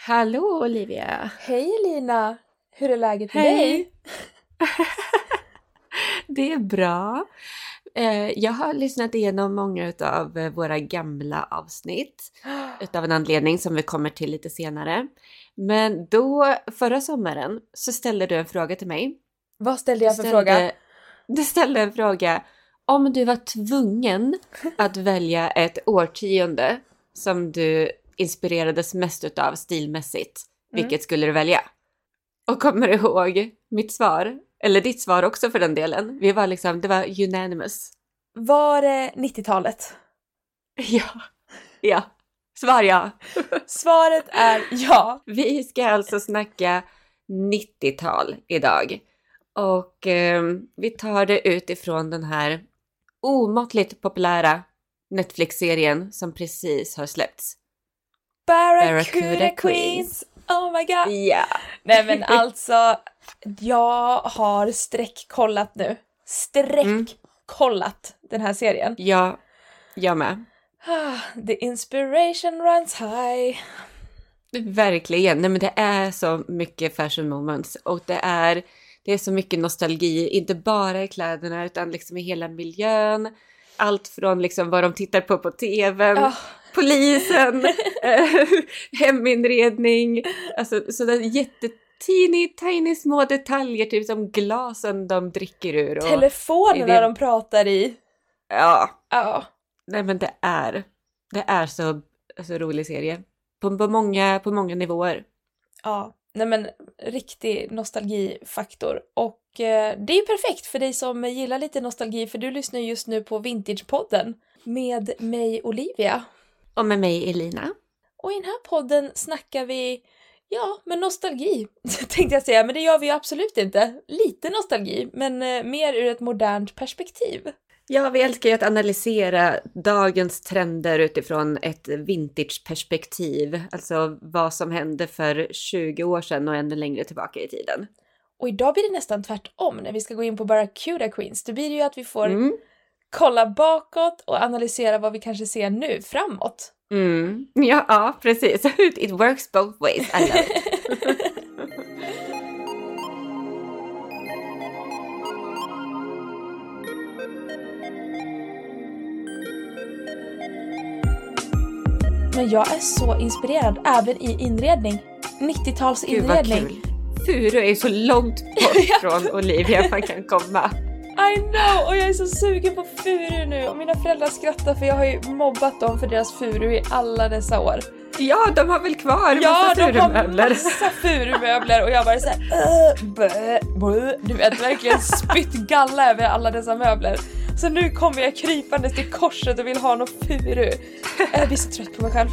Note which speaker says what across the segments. Speaker 1: Hallå Olivia!
Speaker 2: Hej Elina! Hur är läget med
Speaker 1: Hej.
Speaker 2: dig?
Speaker 1: Det är bra. Eh, Jag har lyssnat igenom många av våra gamla avsnitt utav en anledning som vi kommer till lite senare. Men då, förra sommaren, så ställde du en fråga till mig.
Speaker 2: Vad ställde jag för
Speaker 1: Du
Speaker 2: fråga?
Speaker 1: ställde- Du ställde en fråga. Om du var tvungen att välja ett årtionde som du inspirerades mest utav stilmässigt,
Speaker 2: Mm.
Speaker 1: vilket skulle du välja? Och kommer du ihåg mitt svar? Eller ditt svar också för den delen. Vi var liksom, det var unanimous.
Speaker 2: Var det 90-talet?
Speaker 1: Ja. Ja. Svar ja.
Speaker 2: Svaret är ja.
Speaker 1: Vi ska alltså snacka 90-tal idag. Och eh, vi tar det utifrån den här omåttligt populära Netflix-serien som precis har släppts.
Speaker 2: Barracuda
Speaker 1: Barracuda
Speaker 2: Queens! Oh my god!
Speaker 1: Ja!
Speaker 2: Nej men alltså, jag har streckkollat nu. Streckkollat
Speaker 1: Mm.
Speaker 2: den här serien.
Speaker 1: Ja, jag med.
Speaker 2: Ah, The inspiration runs high.
Speaker 1: Verkligen. Nej, men det är så mycket fashion moments och det är, det är så mycket nostalgi, inte bara i kläderna utan liksom i hela miljön. Allt från liksom vad de tittar på på tvn,
Speaker 2: Ah,
Speaker 1: polisen, eh, heminredning, alltså sådär jättetini, tiny små detaljer, typ som glasen de dricker ur. Och,
Speaker 2: telefonerna
Speaker 1: är det-
Speaker 2: de pratar i.
Speaker 1: ja,
Speaker 2: Ja.
Speaker 1: nej men det är, det är så, så rolig serie. På, på, många, på många nivåer.
Speaker 2: Ja, nej men riktig nostalgifaktor. Och eh, det är ju perfekt för dig som gillar lite nostalgi för du lyssnar ju just nu på Vintagepodden med mig Olivia.
Speaker 1: Och med mig Elina.
Speaker 2: Och i den här podden snackar vi, ja, men nostalgi tänkte jag säga, men det gör vi ju absolut inte. Lite nostalgi, men eh, mer ur ett modernt perspektiv.
Speaker 1: Ja, vi älskar ju att analysera dagens trender utifrån ett vintage-perspektiv. Alltså vad som hände för 20 år sedan och ännu längre tillbaka i tiden.
Speaker 2: Och idag blir det nästan tvärtom när vi ska gå in på Barracuda Queens. Då blir det ju att vi får
Speaker 1: Mm.
Speaker 2: kolla bakåt och analysera vad vi kanske ser nu framåt.
Speaker 1: Mm. Ja, ja, precis. It works both ways. I love it.
Speaker 2: Men jag är så inspirerad, även i inredning.
Speaker 1: Gud vad
Speaker 2: 90-talsinredning.
Speaker 1: kul. Furu är ju så långt bort från Olivia man kan komma.
Speaker 2: I know! Och jag är så sugen på furu nu. Och mina föräldrar skrattar för jag har ju mobbat dem för deras furu i alla dessa år.
Speaker 1: Ja, de har väl kvar
Speaker 2: Ja,
Speaker 1: massa
Speaker 2: de har
Speaker 1: furumöbler.
Speaker 2: massa furumöbler och jag bara såhär uh, bö, bö. Du vet, verkligen spytt galla över alla dessa möbler. Så nu kommer jag krypandes till korset och vill ha någon furu. Jag blir så trött på mig själv.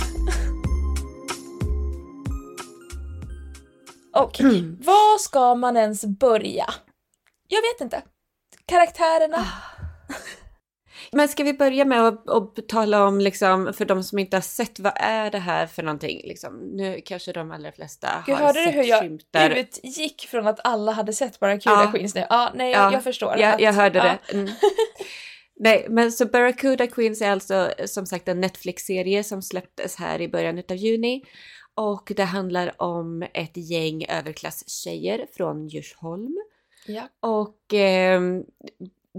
Speaker 2: Okej,
Speaker 1: Mm.
Speaker 2: var ska man ens börja? Jag vet inte. Karaktärerna?
Speaker 1: Ah, Men ska vi börja med att, att tala om, liksom, för de som inte har sett, vad är det här för någonting? Liksom, nu kanske de allra flesta
Speaker 2: Gud,
Speaker 1: har
Speaker 2: hörde du
Speaker 1: sett
Speaker 2: hur jag
Speaker 1: skymtar.
Speaker 2: utgick från att alla hade sett Barracuda
Speaker 1: Ja.
Speaker 2: Queens nu? Ja, nej, jag,
Speaker 1: Ah. Ja,
Speaker 2: jag förstår.
Speaker 1: Jag,
Speaker 2: att, Ah,
Speaker 1: jag hörde
Speaker 2: ja.
Speaker 1: det. Mm. Nej, men så Barracuda Queens är alltså eh, som sagt en Netflix-serie som släpptes här i början utav juni. Och det handlar om ett gäng överklasstjejer från Djursholm.
Speaker 2: Ja.
Speaker 1: Och ehm,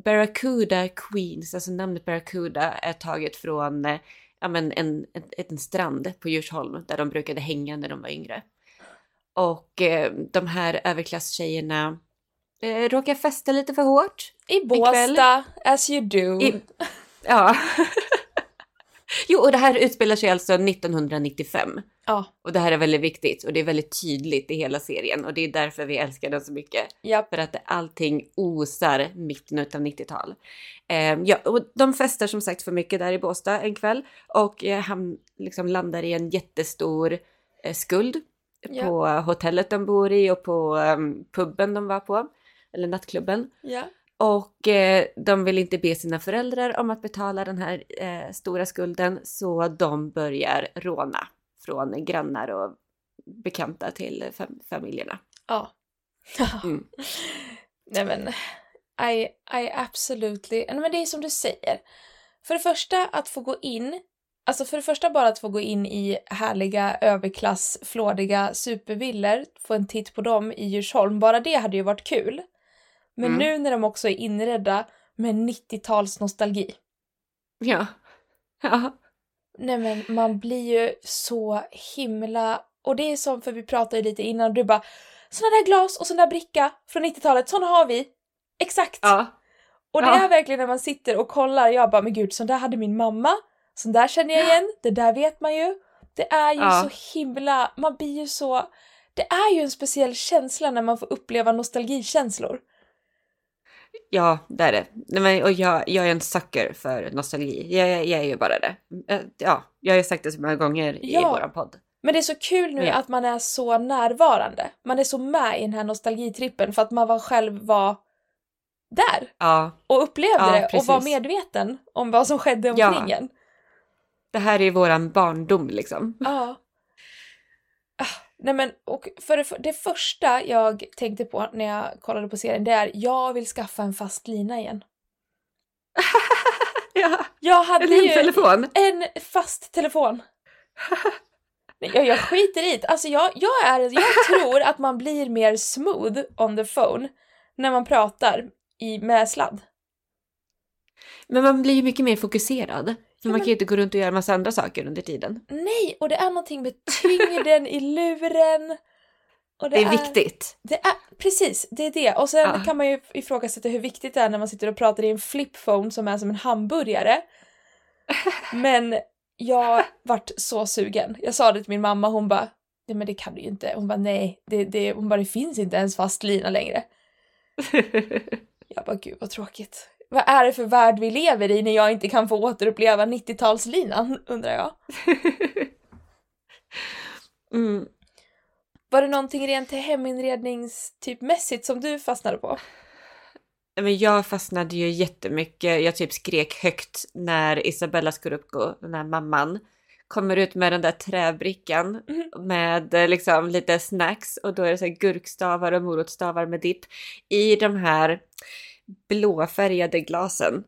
Speaker 1: Barracuda Queens, alltså namnet Barracuda är taget från eh, ja, men en, en, en strand på Djursholm där de brukade hänga när de var yngre. Och eh, de här överklasstjejerna eh, råkar festa lite för hårt.
Speaker 2: I
Speaker 1: Ikväll.
Speaker 2: Båstad, as you do.
Speaker 1: I- Ja. jo, och det här utspelar sig alltså 1995.
Speaker 2: Ja,
Speaker 1: Och det här är väldigt viktigt och det är väldigt tydligt i hela serien och det är därför vi älskar den så mycket.
Speaker 2: japp.
Speaker 1: För att allting osar mitten av 90-tal. Eh, ja, och de festar som sagt för mycket där i Båstad en kväll och eh, han liksom landar i en jättestor eh, skuld
Speaker 2: Ja.
Speaker 1: på hotellet de bor i och på eh, puben de var på, eller nattklubben.
Speaker 2: Ja.
Speaker 1: Och eh, de vill inte be sina föräldrar om att betala den här eh, stora skulden så de börjar råna från grannar och bekanta till fam- familjerna.
Speaker 2: ja.
Speaker 1: Mm.
Speaker 2: Nej men, I, I absolutely... Nej, men det är som du säger. För det första, att få gå in Alltså för det första bara att få gå in i härliga överklass, flådiga supervillor, få en titt på dem i Djursholm, bara det hade ju varit kul. Men
Speaker 1: Mm.
Speaker 2: nu när de också är inredda med 90-tals nostalgi.
Speaker 1: Ja. Ja.
Speaker 2: Nej men man blir ju så himla... Och det är som, för vi pratade ju lite innan, och du bara såna där glas och sån där bricka från 90-talet, såna har vi! Exakt!
Speaker 1: ja.
Speaker 2: Och det
Speaker 1: Ja.
Speaker 2: är verkligen när man sitter och kollar, jag bara men gud, sån där hade min mamma, sån där känner jag igen, det där vet man ju. Det är ju
Speaker 1: Ja.
Speaker 2: så himla, man blir ju så... Det är ju en speciell känsla när man får uppleva nostalgikänslor.
Speaker 1: Ja, det är det. Nej, men, och jag, jag är en sucker för nostalgi. Jag, jag, jag är ju bara det. Eh, Ja, jag har ju sagt det så många gånger i
Speaker 2: Ja.
Speaker 1: våran podd.
Speaker 2: Men det är så kul nu
Speaker 1: Ja.
Speaker 2: att man är så närvarande. Man är så med i den här nostalgitrippen för att man var själv var där
Speaker 1: Ja,
Speaker 2: och upplevde
Speaker 1: Ja,
Speaker 2: det och var
Speaker 1: precis.
Speaker 2: medveten om vad som skedde
Speaker 1: Ja.
Speaker 2: omkring en.
Speaker 1: det här är ju våran barndom liksom.
Speaker 2: Ja. Ah, Nej men, och för det, det första jag tänkte på när jag kollade på serien det är jag vill skaffa en fast lina igen.
Speaker 1: Ja,
Speaker 2: Jag hade
Speaker 1: eller en
Speaker 2: ju
Speaker 1: telefon.
Speaker 2: en fast telefon. Nej, jag, jag skiter i det. Alltså jag, jag, är, jag tror att man blir mer smooth on the phone när man pratar i, med sladd.
Speaker 1: Men man blir ju mycket mer fokuserad. För
Speaker 2: Ja,
Speaker 1: man
Speaker 2: men-
Speaker 1: kan ju inte gå runt och göra massa andra saker under tiden.
Speaker 2: Nej, och det är någonting med tyngden i luren. Och
Speaker 1: Det är viktigt.
Speaker 2: Det är, precis, det är det. Och sen
Speaker 1: Ja.
Speaker 2: kan man ju ifrågasätta hur viktigt det är när man sitter och pratar i en flipphone som är som en hamburgare. Men jag vart så sugen. Jag sa det till min mamma, hon bara Nej men det kan du ju inte. Hon bara nej, det, det, hon bara, det finns inte ens fast lina längre. Jag bara gud vad tråkigt. Vad är det för värld vi lever i när jag inte kan få återuppleva 90-talslinan undrar jag.
Speaker 1: mm.
Speaker 2: Var det någonting rent heminredningstypmässigt som du fastnade på?
Speaker 1: Nej, Men jag fastnade ju jättemycket. Jag typ skrek högt när Isabella Scorupco, den här mamman, kommer ut med den där träbrickan
Speaker 2: Mhm.
Speaker 1: med eh, liksom lite snacks och då är det så här gurkstavar och morotstavar med dipp i de här blåfärgade glasen.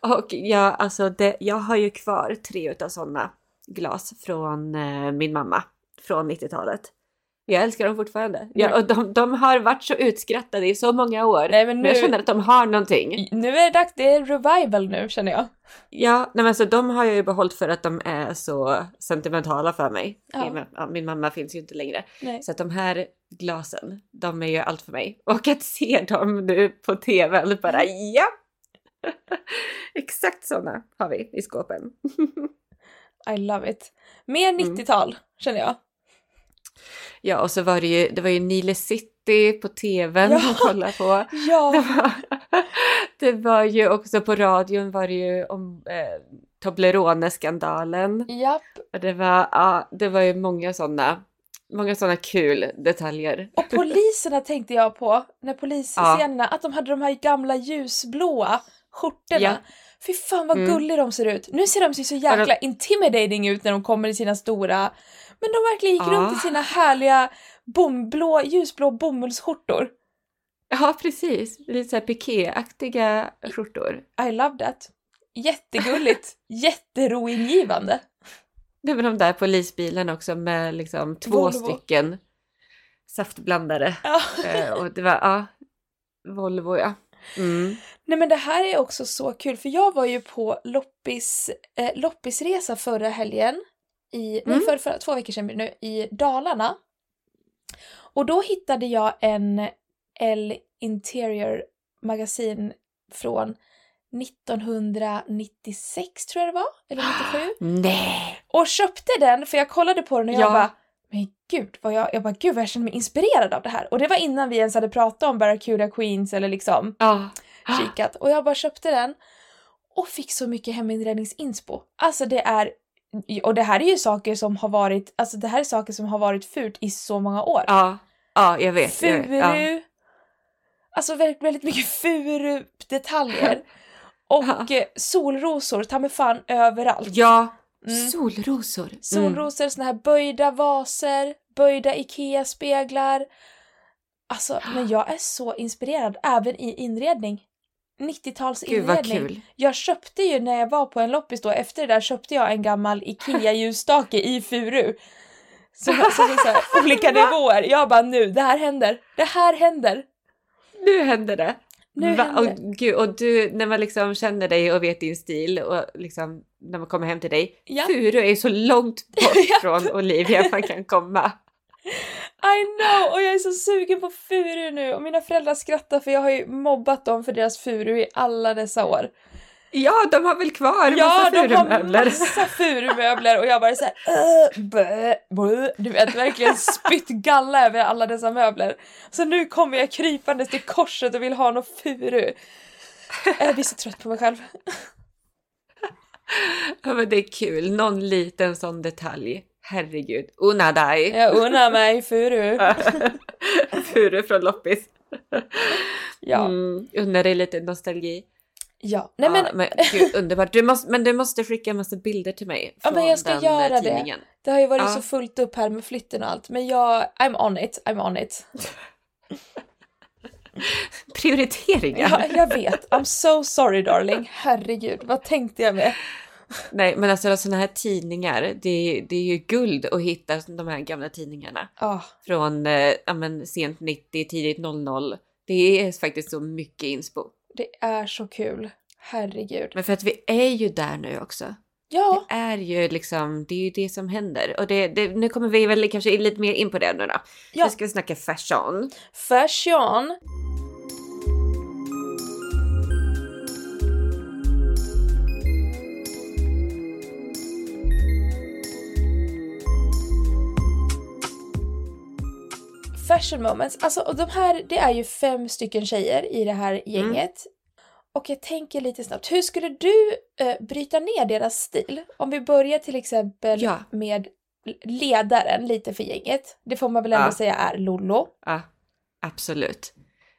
Speaker 1: och jag, alltså det, jag har ju kvar tre utav sådana glas från eh, min mamma från 90-talet. Jag älskar dem fortfarande. Ja, och de, de har varit så utskrattade i så många år.
Speaker 2: Nej men
Speaker 1: Men jag
Speaker 2: nu,
Speaker 1: känner att de har någonting.
Speaker 2: nu är det dags, det är revival nu känner jag.
Speaker 1: Ja, nej men alltså de har jag ju behållit för att de är så sentimentala för mig.
Speaker 2: Ja.
Speaker 1: I och med- Ja, min mamma finns ju inte längre.
Speaker 2: Nej.
Speaker 1: Så att de här glasen, de är ju allt för mig. Och att se dem nu på tvn bara
Speaker 2: Mm.
Speaker 1: ja! Exakt sådana har vi i skåpen.
Speaker 2: I love it. Mer
Speaker 1: Mm.
Speaker 2: 90-tal känner jag.
Speaker 1: Ja, och så var det ju, det var ju Nile City på tvn
Speaker 2: Ja.
Speaker 1: att kolla på. Det
Speaker 2: Ja,
Speaker 1: var, det var ju också på radion var det ju om eh, Toblerone-skandalen.
Speaker 2: japp.
Speaker 1: Och det var, ja, det var ju många sådana många såna kul detaljer.
Speaker 2: Och poliserna tänkte jag på, när polisscenerna, att de hade de här gamla ljusblåa skjortorna.
Speaker 1: Ja.
Speaker 2: Fy fan vad
Speaker 1: Mm.
Speaker 2: gulliga de ser ut. Nu ser de sig så jäkla intimidating ut när de kommer i sina stora, men de verkligen gick
Speaker 1: Ja.
Speaker 2: runt i sina härliga bomblå, ljusblå bomullsskjortor.
Speaker 1: Ja, precis. Lite så här pikéaktiga skjortor.
Speaker 2: I love that. Jättegulligt, jätteroingivande.
Speaker 1: Det var de där polisbilen också med liksom två
Speaker 2: Volvo.
Speaker 1: stycken saftblandare.
Speaker 2: Ja.
Speaker 1: Eh, och det var, ja, Volvo ja. Mm.
Speaker 2: Nej men det här är också så kul för jag var ju på loppis, eh, loppisresa förra helgen, i, nej
Speaker 1: Mm.
Speaker 2: för, för två veckor sedan blir det nu, i Dalarna. Och då hittade jag en L Interior magasin från 1996 tror jag det var, eller 97.
Speaker 1: Nej!
Speaker 2: Och köpte den för jag kollade på den och jag
Speaker 1: Ja.
Speaker 2: bara men gud vad jag, jag bara gud vad jag känner mig inspirerad av det här. Och det var innan vi ens hade pratat om Barracuda Queens eller liksom
Speaker 1: Ja.
Speaker 2: kikat och jag bara köpte den och fick så mycket heminredningsinspo. Alltså det är, och det här är ju saker som har varit, alltså det här är saker som har varit fult i så många år.
Speaker 1: Ja, ja jag vet. jag vet.
Speaker 2: furu,
Speaker 1: Ja.
Speaker 2: alltså väldigt, väldigt mycket furu-detaljer. Och
Speaker 1: Ja.
Speaker 2: eh, solrosor, ta mig fan överallt.
Speaker 1: ja.
Speaker 2: Mm.
Speaker 1: Solrosor. Mm.
Speaker 2: Solrosor, såna här böjda vaser, böjda IKEA-speglar. Alltså, men jag är så inspirerad, även i inredning.
Speaker 1: Gud vad
Speaker 2: 90-talsinredning.
Speaker 1: kul.
Speaker 2: Jag köpte ju när jag var på en loppis då, efter det där köpte jag en gammal IKEA-ljusstake i furu. Så, så, så, så här, olika nivåer. Jag bara nu, det här händer. Det här händer.
Speaker 1: Nu händer det.
Speaker 2: Nu
Speaker 1: Va?
Speaker 2: händer det.
Speaker 1: Och, gud, och du, när man liksom känner dig och vet din stil och liksom när man kommer hem till dig.
Speaker 2: Ja.
Speaker 1: Furu är ju så långt bort
Speaker 2: Ja.
Speaker 1: från Olivia man kan komma.
Speaker 2: I know! Och jag är så sugen på furu nu och mina föräldrar skrattar för jag har ju mobbat dem för deras furu i alla dessa år.
Speaker 1: Ja, de har väl kvar
Speaker 2: Ja,
Speaker 1: massa
Speaker 2: de har
Speaker 1: furumöbler.
Speaker 2: massa furumöbler och jag bara såhär uh, bö, bö. Du vet, verkligen spytt galla över alla dessa möbler. Så nu kommer jag krypandes till korset och vill ha någon furu. Jag blir så trött på mig själv.
Speaker 1: Ja, men det är kul. Någon liten sån detalj. Herregud. Unadai.
Speaker 2: Jag unnar mig furu.
Speaker 1: Furu från loppis.
Speaker 2: Ja,
Speaker 1: Mm, undrar dig lite nostalgi.
Speaker 2: ja. Nej men
Speaker 1: ja, men gud, underbart. Du måste, men du måste skicka en massa bilder till mig
Speaker 2: Ja,
Speaker 1: från
Speaker 2: men jag ska
Speaker 1: den
Speaker 2: göra
Speaker 1: eh,
Speaker 2: det.
Speaker 1: tidningen.
Speaker 2: det har ju varit
Speaker 1: Ja.
Speaker 2: så fullt upp här med flytten och allt. Men jag, I'm on it, I'm on it.
Speaker 1: Prioriteringar.
Speaker 2: Ja, jag vet. I'm so sorry darling. Herregud, vad tänkte jag med?
Speaker 1: Nej, men alltså sådana här tidningar, det, det är ju guld att hitta de här gamla tidningarna
Speaker 2: Ah,
Speaker 1: från eh, ja, men, sent 90, tidigt 00. Det är faktiskt så mycket inspo.
Speaker 2: det är så kul. Herregud.
Speaker 1: Men för att vi är ju där nu också.
Speaker 2: Ja,
Speaker 1: Det är ju liksom, det är ju det som händer. Och det, det, nu kommer vi väl kanske in lite mer in på det nu då.
Speaker 2: Ja.
Speaker 1: Nu ska vi snacka fashion.
Speaker 2: fashion. Fashion moments, alltså och de här, det är ju fem stycken tjejer i det
Speaker 1: Mm.
Speaker 2: här gänget. Och jag tänker lite snabbt, hur skulle du eh, bryta ner deras stil? Om vi börjar till exempel
Speaker 1: Ja.
Speaker 2: med ledaren lite för gänget. Det får man väl ändå
Speaker 1: Ja.
Speaker 2: säga är Lollo.
Speaker 1: Ja, absolut.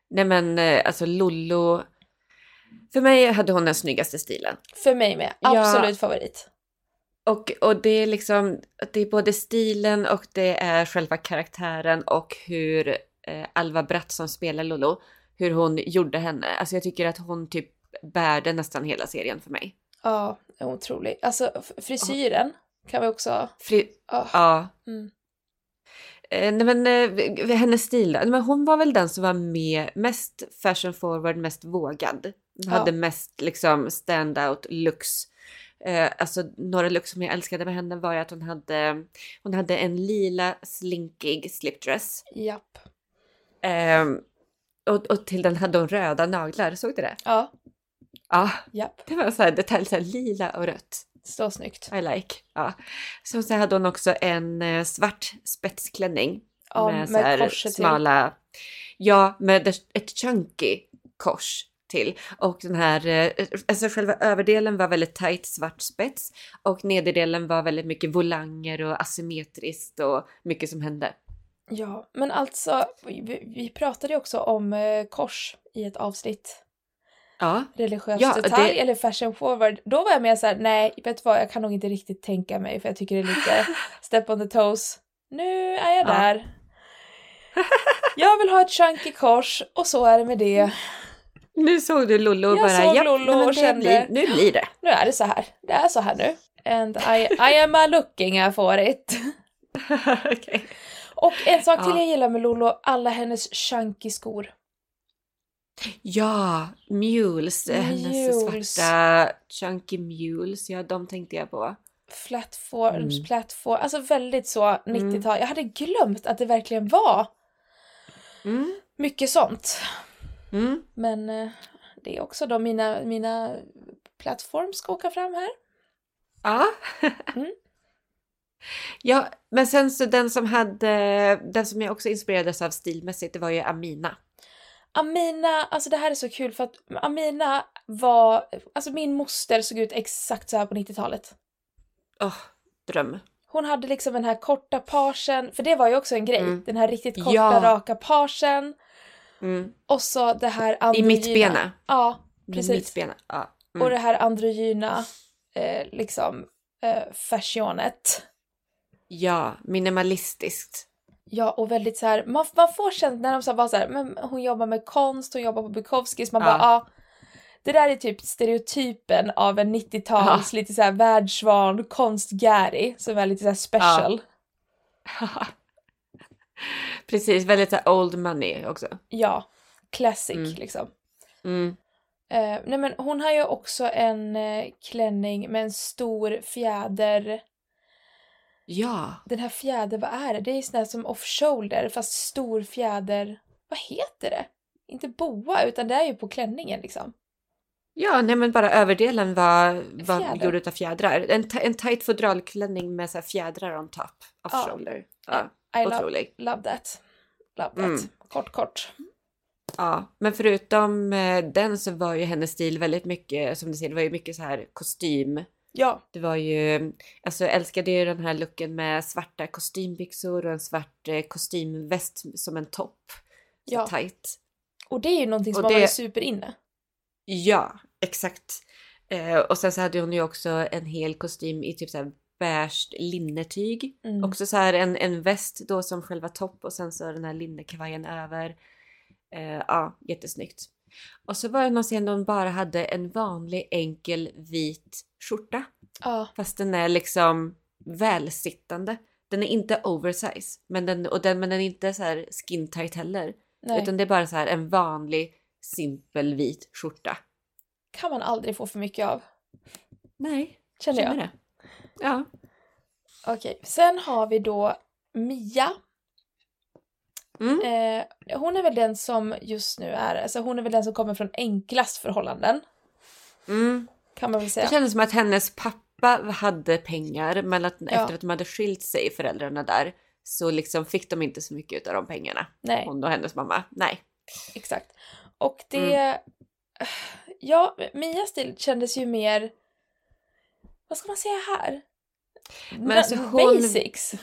Speaker 1: Nej men eh, alltså Lollo. För mig hade hon den snyggaste stilen.
Speaker 2: För mig med.
Speaker 1: Ja.
Speaker 2: Absolut favorit.
Speaker 1: Och, och det är liksom, det är både stilen och det är själva karaktären och hur eh, Alva Bratt som spelar Lollo, hur hon gjorde henne. Alltså jag tycker att hon typ bärde nästan hela serien för mig.
Speaker 2: Ja, otrolig. Alltså f- frisyren kan vi också...
Speaker 1: Fri-
Speaker 2: ja.
Speaker 1: ja.
Speaker 2: Mm.
Speaker 1: Eh, nej men eh, v- hennes stil då? Nej, men hon var väl den som var med mest fashion forward, mest vågad. Hon
Speaker 2: Ja.
Speaker 1: hade mest liksom stand out looks. Eh, alltså några looks som jag älskade med henne var ju att hon hade, hon hade en lila slinkig slipdress.
Speaker 2: Japp.
Speaker 1: Ehm, och, och till den hade hon röda naglar, såg du det?
Speaker 2: Ja,
Speaker 1: Ja,
Speaker 2: japp.
Speaker 1: det var så här detalj, så här lila och rött.
Speaker 2: Så snyggt.
Speaker 1: I like. Ja. Så, så hade hon också en eh, svart spetsklänning
Speaker 2: Ja,
Speaker 1: med,
Speaker 2: med,
Speaker 1: så här
Speaker 2: korset till.
Speaker 1: smala... Ja, med det- ett chunky kors till. Och den här, eh, alltså själva överdelen var väldigt tajt svart spets och nederdelen var väldigt mycket volanger och asymmetriskt och mycket som hände.
Speaker 2: Ja, men alltså vi, vi pratade ju också om eh, kors i ett avsnitt.
Speaker 1: Ja,
Speaker 2: Religiös
Speaker 1: Ja,
Speaker 2: detalj
Speaker 1: det-
Speaker 2: eller fashion forward. Då var jag mer såhär, nej vet du vad, jag kan nog inte riktigt tänka mig för jag tycker det är lite step on the toes. Nu är jag
Speaker 1: Ja.
Speaker 2: där. Jag vill ha ett chunky kors och så är det med det.
Speaker 1: nu såg du Lollo och
Speaker 2: Jag
Speaker 1: bara
Speaker 2: såg
Speaker 1: "Japp,
Speaker 2: Lollo
Speaker 1: nej, men
Speaker 2: och
Speaker 1: det
Speaker 2: kände-
Speaker 1: blir, nu blir det.
Speaker 2: nu är det så här. Det är så här nu. And I, I am a looking for it.
Speaker 1: Okej.
Speaker 2: Och en sak till
Speaker 1: Ja.
Speaker 2: jag gillar med Lolo, alla hennes chunky skor.
Speaker 1: Ja, mules, eh, hennes
Speaker 2: Mules.
Speaker 1: svarta chunky mules, ja de tänkte jag på.
Speaker 2: Flatforms,
Speaker 1: Mm.
Speaker 2: platform, alltså väldigt så 90-tal. Jag hade glömt att det verkligen var
Speaker 1: Mm.
Speaker 2: mycket sånt.
Speaker 1: Mm.
Speaker 2: Men eh, det är också då mina, mina plattform ska åka fram här.
Speaker 1: Ja.
Speaker 2: Mm.
Speaker 1: Ja, men sen så den som hade, den som jag också inspirerades av stilmässigt, det var ju Amina.
Speaker 2: Amina, alltså det här är så kul för att Amina var, alltså min moster såg ut exakt så här på 90-talet.
Speaker 1: Åh, dröm.
Speaker 2: Hon hade liksom den här korta parsen, för det var ju också en grej,
Speaker 1: Mm.
Speaker 2: den här riktigt korta
Speaker 1: Ja.
Speaker 2: raka parsen
Speaker 1: Mm.
Speaker 2: och så det här
Speaker 1: I
Speaker 2: androgyna.
Speaker 1: mittbena.
Speaker 2: Ja,
Speaker 1: Precis.
Speaker 2: Precis.
Speaker 1: Mittbena. Ja. Mm.
Speaker 2: och det här androgyna eh, liksom eh, fashionet.
Speaker 1: ja, minimalistiskt.
Speaker 2: Ja, och väldigt så här, man, man får känslan när de så här, bara så här, men hon jobbar med konst, hon jobbar på Bukowskis, man
Speaker 1: Ja.
Speaker 2: bara ja. Det där är typ stereotypen av en 90-tals lite såhär världsvan konstgäri som är lite såhär special.
Speaker 1: Precis, väldigt så här old money också.
Speaker 2: Ja, classic
Speaker 1: Mm.
Speaker 2: liksom.
Speaker 1: Mm.
Speaker 2: Eh, nej men hon har ju också en eh, klänning med en stor fjäder.
Speaker 1: Ja,
Speaker 2: Den här fjäder, vad är det? Det är ju sån här som off-shoulder fast stor fjäder. Vad heter det? Inte boa utan det är ju på klänningen liksom.
Speaker 1: ja nej men bara överdelen var, var
Speaker 2: Fjäder.
Speaker 1: gjord utav fjädrar. En, ta- en tight fodralklänning med så här fjädrar on top, off
Speaker 2: Ja.
Speaker 1: shoulder. Ja,
Speaker 2: I love,
Speaker 1: otrolig.
Speaker 2: love that. Love that.
Speaker 1: Mm.
Speaker 2: Kort kort.
Speaker 1: Ja, men förutom eh, den så var ju hennes stil väldigt mycket, som du säger, det var ju mycket så här kostym.
Speaker 2: Ja,
Speaker 1: Det var ju, alltså jag älskade ju den här looken med svarta kostymbyxor och en svart eh, kostymväst som en topp. Så
Speaker 2: Ja.
Speaker 1: tight.
Speaker 2: och det är ju någonting som
Speaker 1: Och
Speaker 2: har
Speaker 1: det-
Speaker 2: varit superinne.
Speaker 1: Ja, exakt. Eh, och sen så hade hon ju också en hel kostym i typ så här beige linnetyg.
Speaker 2: Mm.
Speaker 1: Också så här en, en väst då som själva topp och sen så den här linnekavajen över. Eh, ja, jättesnyggt. Och så var det någon scen då hon bara hade en vanlig enkel vit skjorta.
Speaker 2: Ja,
Speaker 1: Fast den är liksom välsittande. Den är inte oversize, men den, och den, men den är inte så här skin tight heller.
Speaker 2: nej.
Speaker 1: Utan det är bara så här en vanlig simpel vit skjorta.
Speaker 2: Kan man aldrig få för mycket av.
Speaker 1: Nej,
Speaker 2: Känner jag.
Speaker 1: det. Ja.
Speaker 2: Okej, sen har vi då Mia.
Speaker 1: Mm.
Speaker 2: Eh, hon är väl den som just nu är, alltså hon är väl den som kommer från enklast förhållanden.
Speaker 1: Mm.
Speaker 2: Kan man väl
Speaker 1: Det
Speaker 2: säga.
Speaker 1: kändes som att hennes pappa hade pengar men att
Speaker 2: Ja.
Speaker 1: efter att de hade skilt sig föräldrarna där så liksom fick de inte så mycket av de pengarna.
Speaker 2: Nej,
Speaker 1: Hon och hennes mamma. Nej.
Speaker 2: exakt. Och det...
Speaker 1: Mm.
Speaker 2: eh, Ja, Mias stil kändes ju mer... Vad ska man säga här? Bra-
Speaker 1: alltså hon-
Speaker 2: Basics.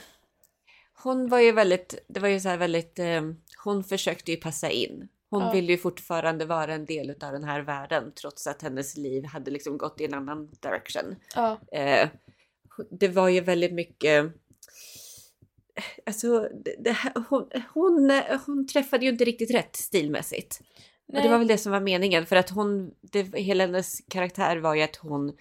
Speaker 1: Hon var ju väldigt, det var ju så här väldigt, eh, hon försökte ju passa in. Hon
Speaker 2: Ja.
Speaker 1: ville ju fortfarande vara en del av den här världen trots att hennes liv hade liksom gått i en annan direction.
Speaker 2: Ja,
Speaker 1: Eh, det var ju väldigt mycket... Alltså, det, det, här- hon, hon, hon träffade ju inte riktigt rätt stilmässigt.
Speaker 2: nej,
Speaker 1: Och det var väl det som var meningen för att hon, det, hela hennes karaktär var ju att hon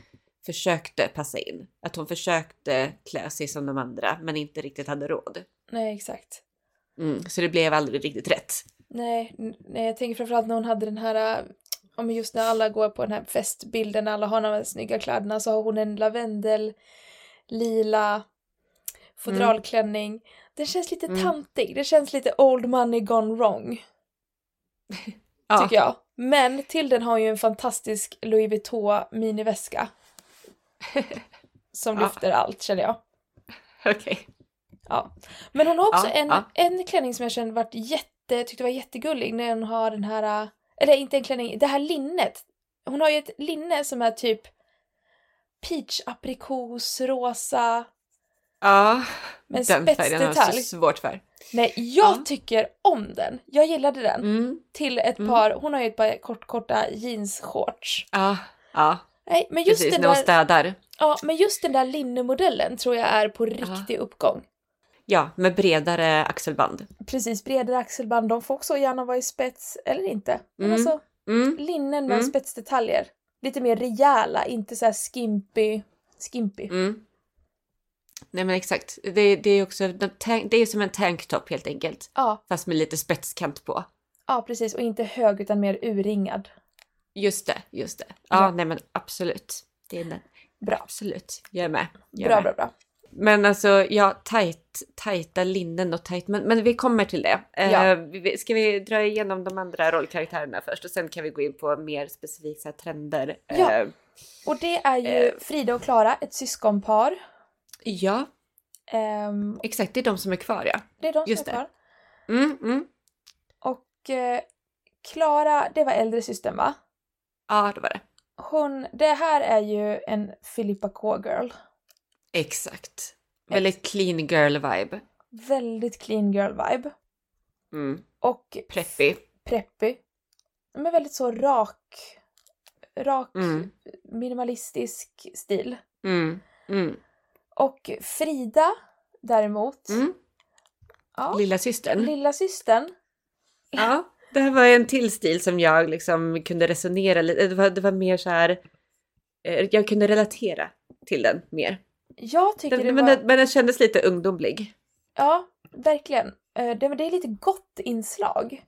Speaker 1: försökte passa in. Att hon försökte klä sig som de andra men inte riktigt hade råd.
Speaker 2: nej exakt.
Speaker 1: Mm, så det blev aldrig riktigt rätt.
Speaker 2: Nej, n- nej, jag tänker framförallt när hon hade den här, äh, ja men just när alla går på den här festbilden, alla har de här snygga kläderna, så har hon en lavendel, lila fodralklänning. Den känns lite
Speaker 1: Mm.
Speaker 2: tantig, den känns lite old money gone wrong,
Speaker 1: Ja.
Speaker 2: tycker jag. Men till den har hon ju en fantastisk Louis Vuitton miniväska. som
Speaker 1: Ja.
Speaker 2: lyfter allt, känner jag.
Speaker 1: Okej.
Speaker 2: Ja. Men hon har också
Speaker 1: Ja,
Speaker 2: en,
Speaker 1: ja.
Speaker 2: en klänning som jag kände varit jätte, tyckte var jättegullig när hon har den här, äh, eller inte en klänning, det här linnet. Hon har ju ett linne som är typ peach, aprikos, rosa.
Speaker 1: Ja,
Speaker 2: Men
Speaker 1: den färgen har jag så
Speaker 2: spetsdetalj.
Speaker 1: svårt för.
Speaker 2: Nej, jag
Speaker 1: Ja.
Speaker 2: tycker om den. Jag gillade den.
Speaker 1: Mm.
Speaker 2: Till ett
Speaker 1: Mm.
Speaker 2: par, hon har ju ett par kort, korta jeansshorts.
Speaker 1: Ja, ja,
Speaker 2: Nej, men just
Speaker 1: precis.
Speaker 2: den
Speaker 1: När hon
Speaker 2: där,
Speaker 1: städar.
Speaker 2: ja, men just den där linnemodellen tror jag är på riktig uppgång.
Speaker 1: Ja, med bredare axelband.
Speaker 2: Precis, bredare axelband, de får också gärna vara i spets, eller inte. Men
Speaker 1: Mm.
Speaker 2: alltså,
Speaker 1: Mm.
Speaker 2: linnen med
Speaker 1: Mm.
Speaker 2: spetsdetaljer. Lite mer rejäla, inte så här skimpy. Skimpy.
Speaker 1: Mm. Nej men exakt, det, det är också de tank, det är som en tanktop helt enkelt.
Speaker 2: Ja,
Speaker 1: Fast med lite spetskant på.
Speaker 2: ja, precis. Och inte hög utan mer urringad.
Speaker 1: Just det, just det. Ja,
Speaker 2: Ja.
Speaker 1: nej men absolut. Det är den.
Speaker 2: Bra.
Speaker 1: Absolut, jag är med. Jag är
Speaker 2: Bra,
Speaker 1: med.
Speaker 2: bra, bra.
Speaker 1: Men alltså, ja, tajt, tajta linnen och tajt, men, men vi kommer till det. Eh,
Speaker 2: Ja.
Speaker 1: vi- vi- ska vi dra igenom de andra rollkaraktärerna först och sen kan vi gå in på mer specifika så här, trender.
Speaker 2: Ja.
Speaker 1: Eh,
Speaker 2: Och det är ju
Speaker 1: Eh.
Speaker 2: Frida och Klara, ett syskonpar.
Speaker 1: ja,
Speaker 2: Ehm,
Speaker 1: exakt, det är de som är kvar ja.
Speaker 2: det är de som
Speaker 1: Just det.
Speaker 2: är kvar.
Speaker 1: Mm, mm.
Speaker 2: Och eh, Klara, det var äldre systern va?
Speaker 1: Ja, det var det.
Speaker 2: Hon, det här är ju en Filippa K-girl.
Speaker 1: Exakt. Väldigt clean girl vibe.
Speaker 2: Väldigt clean girl vibe.
Speaker 1: Mm.
Speaker 2: Och
Speaker 1: Preppy.
Speaker 2: preppy. Men väldigt så rak. Rak,
Speaker 1: Mm.
Speaker 2: minimalistisk stil.
Speaker 1: Mm. Mm.
Speaker 2: Och Frida däremot,
Speaker 1: Mm.
Speaker 2: ja,
Speaker 1: Lilla systern.
Speaker 2: lilla systern,
Speaker 1: Ja. Det här var en till stil som jag liksom kunde resonera lite, det var, det var mer så här, eh, jag kunde relatera till den mer.
Speaker 2: Jag tycker
Speaker 1: Den,
Speaker 2: det
Speaker 1: men,
Speaker 2: var...
Speaker 1: den, men den kändes lite ungdomlig.
Speaker 2: Ja, verkligen. Eh, Det, men det är lite gott inslag.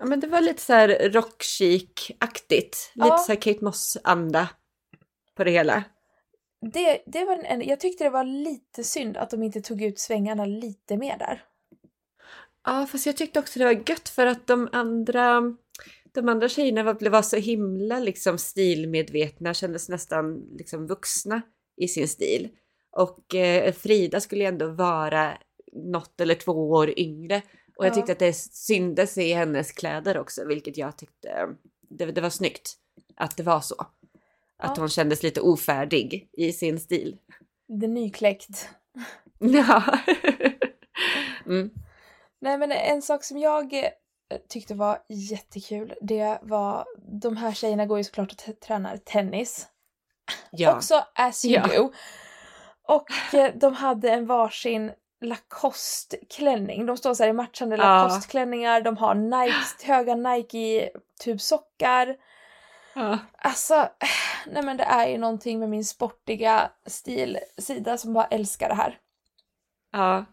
Speaker 1: Ja, men det var lite så här rock chic-aktigt,
Speaker 2: Ja.
Speaker 1: lite så här Kate Moss-anda på det hela.
Speaker 2: Det, det var den enda. Jag tyckte det var lite synd att de inte tog ut svängarna lite mer där.
Speaker 1: Ja, fast jag tyckte också det var gött för att de andra, de andra tjejerna var, var så himla liksom stilmedvetna, kändes nästan liksom vuxna i sin stil. Och eh, Frida skulle ju ändå vara något eller två år yngre. Och jag
Speaker 2: Ja.
Speaker 1: tyckte att det syndes i hennes kläder också, vilket jag tyckte det, det var snyggt att det var så. Att
Speaker 2: Ja.
Speaker 1: hon kändes lite ofärdig i sin stil.
Speaker 2: Lite nykläckt.
Speaker 1: Ja. mm.
Speaker 2: Nej men en sak som jag eh, tyckte var jättekul, det var de här tjejerna går ju såklart och t- tränar tennis.
Speaker 1: ja.
Speaker 2: Också as you
Speaker 1: Ja.
Speaker 2: do. Och eh, de hade en varsin Lacoste-klänning. De står så här i matchande
Speaker 1: Ja.
Speaker 2: Lacoste-klänningar, de har Nikes, höga Nike-tubsockar.
Speaker 1: ja.
Speaker 2: Alltså, eh, nej men det är ju någonting med min sportiga stilsida som bara älskar det här.
Speaker 1: Ja.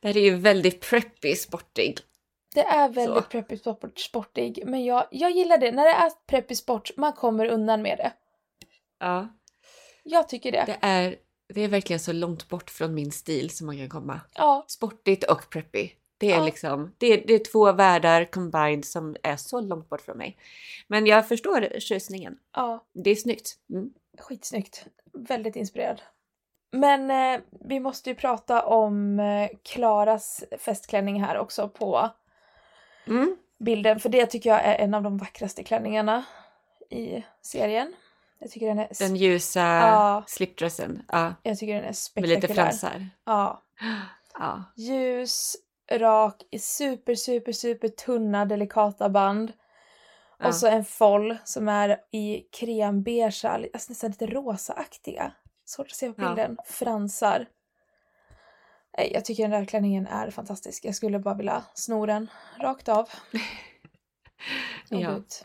Speaker 1: Det här är ju väldigt preppy sportig.
Speaker 2: Det är väldigt
Speaker 1: Så.
Speaker 2: preppy sport, sportig, men jag, jag gillar det. När det är preppy sport, man kommer undan med det.
Speaker 1: Ja.
Speaker 2: Jag tycker det.
Speaker 1: Det är, det är verkligen så långt bort från min stil som man kan komma.
Speaker 2: Ja,
Speaker 1: Sportigt och preppy. Det är
Speaker 2: Ja.
Speaker 1: liksom, det är, det är två världar combined som är så långt bort från mig. Men jag förstår tjusningen.
Speaker 2: ja,
Speaker 1: Det är snyggt. Mm.
Speaker 2: skitsnyggt. Väldigt inspirerad. Men eh, vi måste ju prata om eh, Klaras festklänning här också på
Speaker 1: Mm.
Speaker 2: bilden, för det tycker jag är en av de vackraste klänningarna i serien. Jag tycker den är, s-
Speaker 1: Den ljusa
Speaker 2: Ja.
Speaker 1: slipdressen. Ja.
Speaker 2: jag tycker den är
Speaker 1: Med
Speaker 2: spektakulär.
Speaker 1: lite fransar.
Speaker 2: Ja.
Speaker 1: Ja.
Speaker 2: ljus, rak, i super, super, super tunna, delikata band.
Speaker 1: Ja.
Speaker 2: Och så en foll som är i krembeiga, alltså nästan lite rosaaktiga. Svårt att se på
Speaker 1: Ja.
Speaker 2: bilden. Fransar. Nej, Jag tycker den där klänningen är fantastisk. Jag skulle bara vilja sno den rakt av. Och
Speaker 1: Ja.
Speaker 2: ut.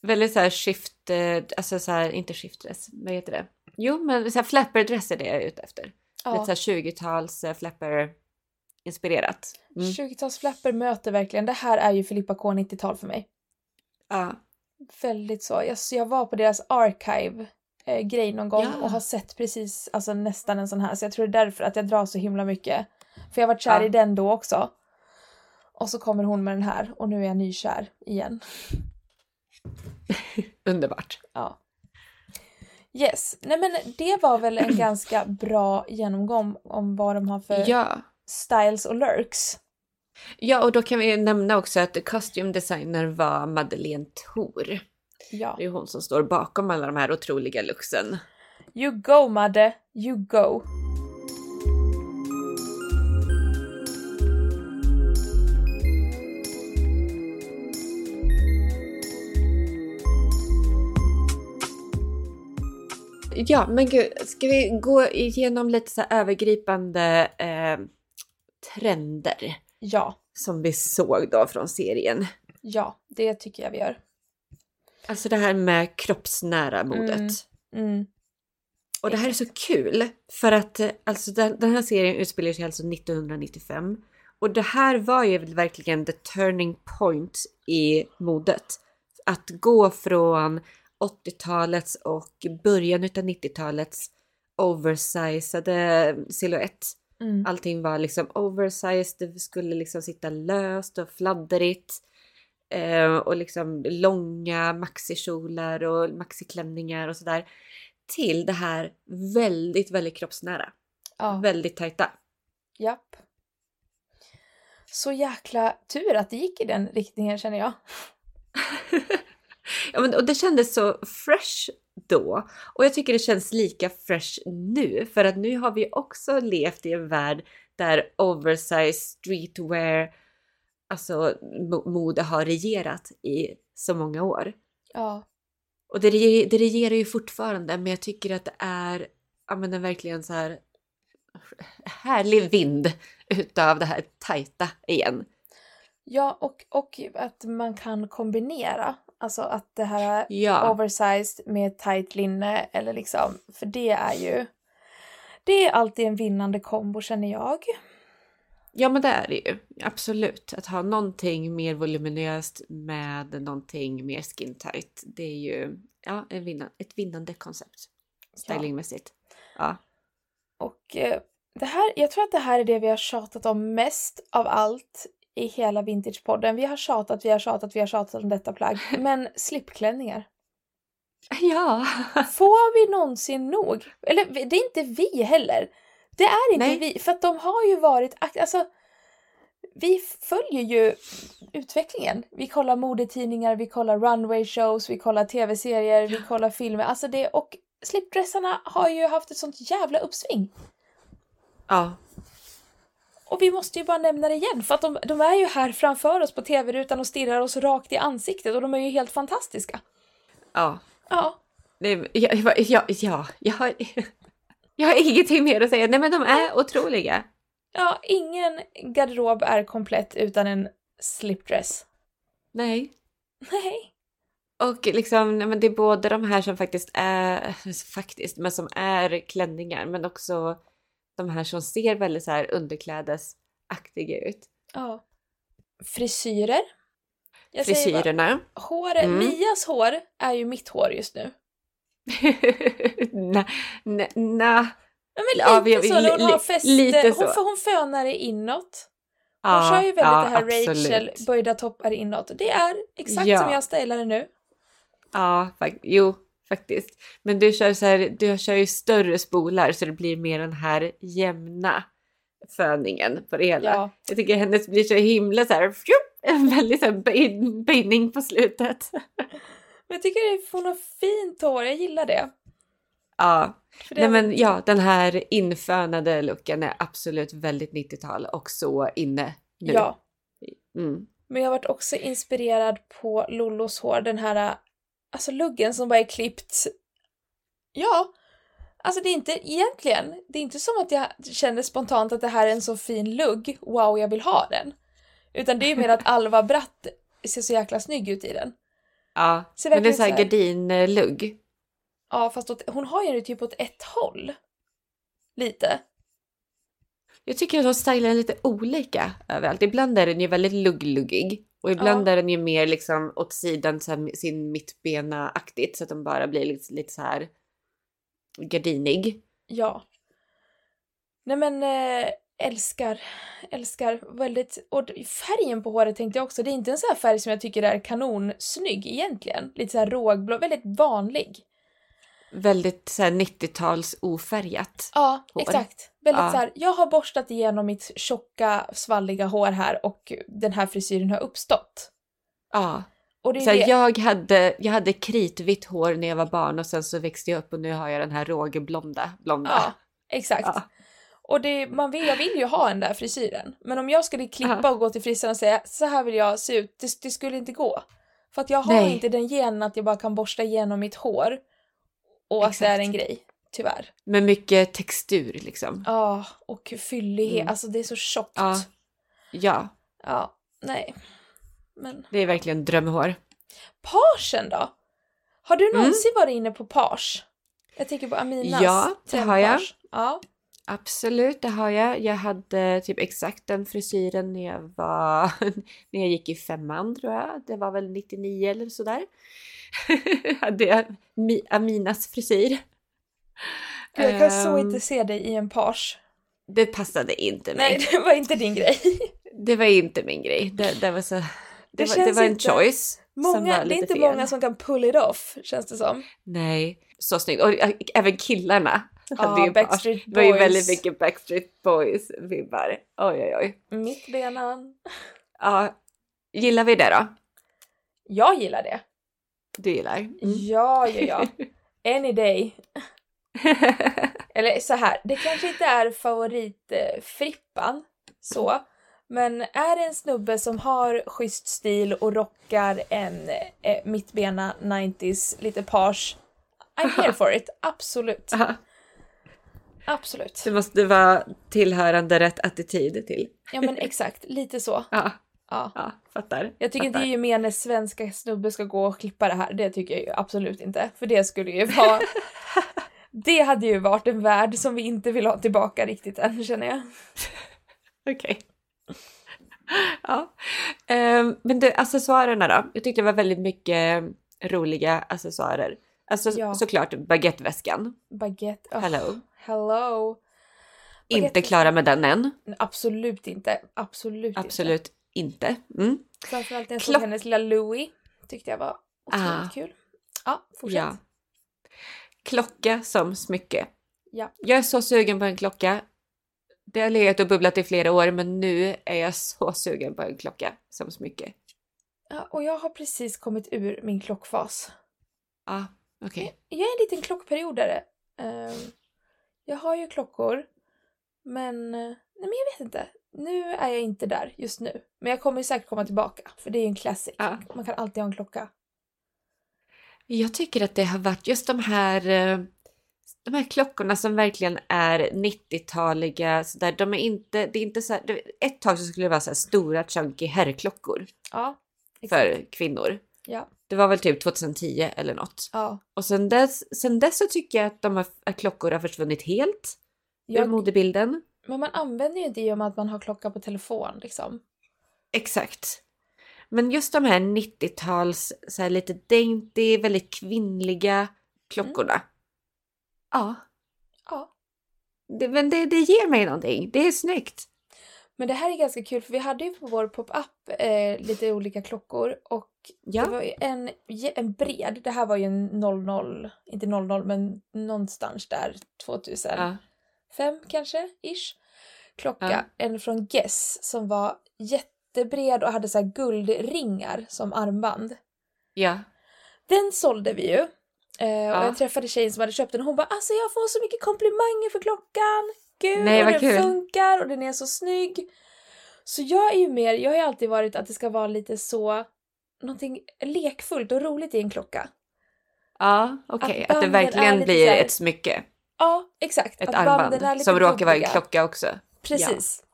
Speaker 1: Väldigt så här shift, eh, alltså så här, inte shiftdress, vad heter det? Jo, men så här flapperdress är det jag är ute efter.
Speaker 2: Ja.
Speaker 1: Lite såhär 20-tals eh, flapper inspirerat. Mm.
Speaker 2: 20-talsflapper möter verkligen. Det här är ju Filippa K 90-tal för mig.
Speaker 1: Ja.
Speaker 2: Väldigt så. Jag, så jag var på deras archive-grej någon gång
Speaker 1: Ja.
Speaker 2: och har sett precis, alltså nästan en sån här. Så jag tror det är därför att jag drar så himla mycket. För jag var kär
Speaker 1: Ja.
Speaker 2: i den då också. Och så kommer hon med den här och nu är jag nykär igen.
Speaker 1: Underbart.
Speaker 2: Ja. Yes, nej men det var väl en ganska bra genomgång om vad de har för
Speaker 1: Ja.
Speaker 2: styles och lurks.
Speaker 1: ja, och då kan vi nämna också att costume designer var Madeleine Thor.
Speaker 2: Ja.
Speaker 1: Det är hon som står bakom alla de här otroliga luxen.
Speaker 2: You go Madde, you go.
Speaker 1: Ja, men gud, ska vi gå igenom lite så här övergripande eh, trender
Speaker 2: Ja,
Speaker 1: som vi såg då från serien?
Speaker 2: ja, det tycker jag vi gör.
Speaker 1: Alltså det här med kroppsnära modet.
Speaker 2: Mm. Mm.
Speaker 1: Och det här är så kul för att eh, alltså, den, den här serien utspelar sig alltså 1995 och det här var ju verkligen the turning point i modet. Att gå från 80-talets och början utav 90-talets oversizade silhuett.
Speaker 2: Mm.
Speaker 1: Allting var liksom oversized, det skulle liksom sitta löst och fladdrigt. Eh, och liksom långa maxikjolar och maxiklänningar och sådär. Till det här väldigt, väldigt kroppsnära.
Speaker 2: Ja.
Speaker 1: Väldigt tajta.
Speaker 2: Japp. Så jäkla tur att det gick i den riktningen känner jag.
Speaker 1: Ja, men, och det kändes så fresh då. Och jag tycker det känns lika fresh nu. För att nu har vi också levt i en värld där oversized streetwear, alltså mo- mode har regerat i så många år.
Speaker 2: Ja.
Speaker 1: Och det, reger, det regerar ju fortfarande men jag tycker att det är ja, men en verkligen så här härlig vind utav det här tajta igen.
Speaker 2: Ja, och, och att man kan kombinera. Alltså att det här
Speaker 1: Ja,
Speaker 2: oversized med tight linne eller liksom, för det är ju det är alltid en vinnande kombo känner jag.
Speaker 1: ja men det är det ju. Absolut. Att ha någonting mer voluminöst med någonting mer skin tight. Det är ju ja, en vinna, ett vinnande koncept. Stylingmässigt. Ja.
Speaker 2: Och eh, det här, jag tror att det här är det vi har tjatat om mest av allt i hela Vintagepodden. Vi har tjatat, vi har tjatat, vi har tjatat om detta plagg. Men slipklänningar.
Speaker 1: Ja.
Speaker 2: Får vi någonsin nog? Eller vi- det är inte vi heller. Det är inte
Speaker 1: Nej.
Speaker 2: vi, för att de har ju varit akt- alltså vi följer ju utvecklingen. Vi kollar modetidningar, vi kollar runway shows, vi kollar tv-serier, vi kollar filmer. Alltså det, och slipdressarna har ju haft ett sånt jävla uppsving.
Speaker 1: Ja.
Speaker 2: Och vi måste ju bara nämna det igen för att de, de är ju här framför oss på tv-rutan och stirrar oss rakt i ansiktet och de är ju helt fantastiska.
Speaker 1: Ja.
Speaker 2: Ja,
Speaker 1: Nej, jag, jag, jag, ja, jag, har, jag har ingenting mer att säga. Nej men de är otroliga.
Speaker 2: ja ingen garderob är komplett utan en slipdress.
Speaker 1: Nej.
Speaker 2: Nej.
Speaker 1: Och liksom, nej, men det är både de här som faktiskt är, faktiskt, men som är klänningar, men också de här som ser väldigt så här underklädesaktiga ut.
Speaker 2: Ja. Frisyrer. Jag säger bara,
Speaker 1: Frisyrerna.
Speaker 2: håret,
Speaker 1: Mm.
Speaker 2: Mias hår är ju mitt hår just nu.
Speaker 1: Nej, nej, nej.
Speaker 2: Ja, men
Speaker 1: Ja,
Speaker 2: lite
Speaker 1: vi-
Speaker 2: så när hon
Speaker 1: li-
Speaker 2: har
Speaker 1: li-
Speaker 2: fäste,
Speaker 1: lite
Speaker 2: hon,
Speaker 1: så.
Speaker 2: för hon fönar det inåt. Hon
Speaker 1: Ja,
Speaker 2: kör ju väldigt
Speaker 1: ja,
Speaker 2: det här
Speaker 1: absolut.
Speaker 2: Rachel, böjda toppar inåt. Det är exakt
Speaker 1: Ja.
Speaker 2: som jag stylar det nu.
Speaker 1: Ja, fak- jo, faktiskt. Men du kör, så här, du kör ju större spolar så det blir mer den här jämna föningen på det hela.
Speaker 2: Ja.
Speaker 1: Jag tycker hennes blir så himla så här, fjup, en väldigt så här böj- böjning på slutet.
Speaker 2: Men jag tycker det- hon har fint hår, jag gillar det.
Speaker 1: Ja,
Speaker 2: För det
Speaker 1: nej men ja, den här infönade looken är absolut väldigt 90-tal och så inne nu.
Speaker 2: Ja,
Speaker 1: Mm.
Speaker 2: men jag varit också inspirerad på Lollos hår, den här alltså luggen som bara är klippt. Ja, alltså det är inte egentligen, det är inte som att jag känner spontant att det här är en så fin lugg, wow jag vill ha den. Utan det är ju mer att Alva Bratt ser så jäkla snygg ut i den.
Speaker 1: Ja,
Speaker 2: Ser
Speaker 1: men det är
Speaker 2: verkligen
Speaker 1: så här
Speaker 2: så här-
Speaker 1: gardinlugg.
Speaker 2: Ja, fast åt, hon har ju det typ åt ett håll. Lite.
Speaker 1: Jag tycker att de stylar lite olika överallt. Ibland är den ju väldigt lugg-luggig och ibland
Speaker 2: Ja.
Speaker 1: är den ju mer liksom åt sidan så här, med sin mittbena-aktigt så att den bara blir lite, lite så här gardinig.
Speaker 2: Ja. Nej men eh, älskar, älskar väldigt. Och d- färgen på håret tänkte jag också, det är inte en sån här färg som jag tycker är kanonsnygg egentligen. Lite så här rågblå, väldigt vanlig.
Speaker 1: Väldigt så här 90-tals ofärgat.
Speaker 2: Ja,
Speaker 1: Hår.
Speaker 2: exakt. Väldigt
Speaker 1: Ja.
Speaker 2: så här, jag har borstat igenom mitt tjocka, svalliga hår här och den här frisyren har uppstått.
Speaker 1: Ja.
Speaker 2: Och det är
Speaker 1: Så
Speaker 2: det.
Speaker 1: här, jag, hade, jag hade kritvitt hår när jag var barn och sen så växte jag upp och nu har jag den här rågeblonda. Blonda.
Speaker 2: Ja, exakt.
Speaker 1: Ja.
Speaker 2: Och det, man vill, jag vill ju ha den där frisyren. Men om jag skulle klippa
Speaker 1: Ja.
Speaker 2: och gå till frisören och säga så här vill jag se ut, det, det skulle inte gå. För att jag har
Speaker 1: Nej.
Speaker 2: inte den genen att jag bara kan borsta igenom mitt hår. Och att det är
Speaker 1: Exakt.
Speaker 2: en grej, tyvärr.
Speaker 1: Med mycket textur liksom.
Speaker 2: Ja, och fyllighet,
Speaker 1: Mm.
Speaker 2: alltså det är så tjockt. Ja,
Speaker 1: Ja. Ja,
Speaker 2: nej. Men
Speaker 1: det är verkligen drömhår.
Speaker 2: parsen då? Har du
Speaker 1: Mm.
Speaker 2: någonsin varit inne på pars? Jag tänker på Aminas
Speaker 1: Ja, det har jag.
Speaker 2: trendpars. Ja,
Speaker 1: Absolut, det har jag. Jag hade typ exakt den frisyren när jag var, när jag gick i femman tror jag. Det var väl 99 eller sådär. hade jag Mi- Aminas frisyr.
Speaker 2: Gud, jag kan så
Speaker 1: Ehm,
Speaker 2: inte se dig i en pars.
Speaker 1: Det passade inte mig.
Speaker 2: Nej, det var inte din grej.
Speaker 1: Det var inte min grej. Det, det var så... Det, var, det
Speaker 2: känns
Speaker 1: var en
Speaker 2: inte-
Speaker 1: choice. som
Speaker 2: Många,
Speaker 1: var
Speaker 2: det är
Speaker 1: lite
Speaker 2: inte
Speaker 1: fel.
Speaker 2: många som kan pull it off, känns det som.
Speaker 1: Nej, så snyggt. Och äh, även killarna hade
Speaker 2: Ja,
Speaker 1: ju page.
Speaker 2: Backstreet
Speaker 1: Det var ju
Speaker 2: Boys.
Speaker 1: väldigt mycket Backstreet Boys-vibbar. Oj, oj, oj.
Speaker 2: Mittbenan.
Speaker 1: Ja, gillar vi det då?
Speaker 2: Jag gillar det.
Speaker 1: Du gillar? Mm.
Speaker 2: Ja, ja, ja. Any day. Eller så här, det kanske inte är favoritfrippan så, men är det en snubbe som har schysst stil och rockar en eh, mittbena 90s, lite page, I'm here for it. Absolut.
Speaker 1: Ja,
Speaker 2: Absolut.
Speaker 1: det måste vara tillhörande rätt attityd till.
Speaker 2: Ja men exakt, lite så.
Speaker 1: Ja,
Speaker 2: Ja.
Speaker 1: Ja, fattar.
Speaker 2: Jag tycker inte
Speaker 1: fattar.
Speaker 2: gemene svenska snubbe ska gå och klippa det här. Det tycker jag ju absolut inte. För det skulle ju vara... det hade ju varit en värld som vi inte vill ha tillbaka riktigt än känner jag.
Speaker 1: Okej. ja. Ehm, men du, accessoarerna då? Jag tyckte det var väldigt mycket roliga accessoarer. Alltså
Speaker 2: Ja.
Speaker 1: såklart baguetteväskan.
Speaker 2: Baguette. Oh,
Speaker 1: Hello.
Speaker 2: Hello.
Speaker 1: Inte klara med den än.
Speaker 2: Absolut inte. Absolut, inte.
Speaker 1: Absolut inte. Mm.
Speaker 2: Framförallt när jag såg
Speaker 1: Klock-
Speaker 2: hennes lilla Louie. Tyckte jag var otroligt
Speaker 1: Ah.
Speaker 2: kul. Ja, fortsätt.
Speaker 1: Ja. Klocka som smycke.
Speaker 2: Ja.
Speaker 1: Jag är så sugen på en klocka. Det har legat och bubblat i flera år men nu är jag så sugen på en klocka som smycke.
Speaker 2: Ja, och jag har precis kommit ur min klockfas.
Speaker 1: Ja, Ah, okej.
Speaker 2: Jag är en liten klockperiodare. Ehm, jag har ju klockor, men, eh, nej, men jag vet inte. Nu är jag inte där just nu. Men jag kommer säkert komma tillbaka, för det är ju en classic.
Speaker 1: Ja.
Speaker 2: Man kan alltid ha en klocka.
Speaker 1: Jag tycker att det har varit just de här, eh, de här klockorna som verkligen är 90-taliga. Så där, de är inte, det är inte så här, du vet, ett tag så skulle det vara så här stora chunky herrklockor
Speaker 2: Ja, exakt.
Speaker 1: för kvinnor.
Speaker 2: Ja.
Speaker 1: Det var väl typ 2010 eller något.
Speaker 2: Ja.
Speaker 1: Och sen dess, sen dess så tycker jag att de här att klockor har försvunnit helt ur
Speaker 2: Jag,
Speaker 1: modebilden.
Speaker 2: men man använder ju inte i och med att man har klocka på telefon liksom.
Speaker 1: Exakt. Men just de här 90-tals, så här lite dainty, väldigt kvinnliga klockorna. Ja.
Speaker 2: Mm. Ja.
Speaker 1: Det, men det, det ger mig någonting. Det är snyggt.
Speaker 2: Men det här är ganska kul för vi hade ju på vår pop-up eh, lite olika klockor och
Speaker 1: Ja.
Speaker 2: Det var ju en, je- en bred, det här var ju en 00, inte 00 men någonstans där 2005
Speaker 1: ja.
Speaker 2: kanske, ish. Klocka,
Speaker 1: Ja.
Speaker 2: en från Guess som var jättebred och hade så här guldringar som armband.
Speaker 1: Ja.
Speaker 2: Den sålde vi ju. Eh, och
Speaker 1: Ja.
Speaker 2: jag träffade tjejen som hade köpt den och hon bara alltså jag får så mycket komplimanger för klockan. Gud,
Speaker 1: Nej,
Speaker 2: och
Speaker 1: vad
Speaker 2: den
Speaker 1: kul.
Speaker 2: funkar och den är så snygg. Så jag är ju mer, jag har ju alltid varit att det ska vara lite så någonting lekfullt och roligt i en klocka.
Speaker 1: Ja, okej.
Speaker 2: Att
Speaker 1: Att, det
Speaker 2: banden är
Speaker 1: verkligen
Speaker 2: lite
Speaker 1: blir
Speaker 2: så här-
Speaker 1: ett smycke.
Speaker 2: Ja, exakt.
Speaker 1: Ett
Speaker 2: Att banden är
Speaker 1: armband
Speaker 2: lite
Speaker 1: som råkar vara en
Speaker 2: gubbiga.
Speaker 1: klocka också.
Speaker 2: Precis.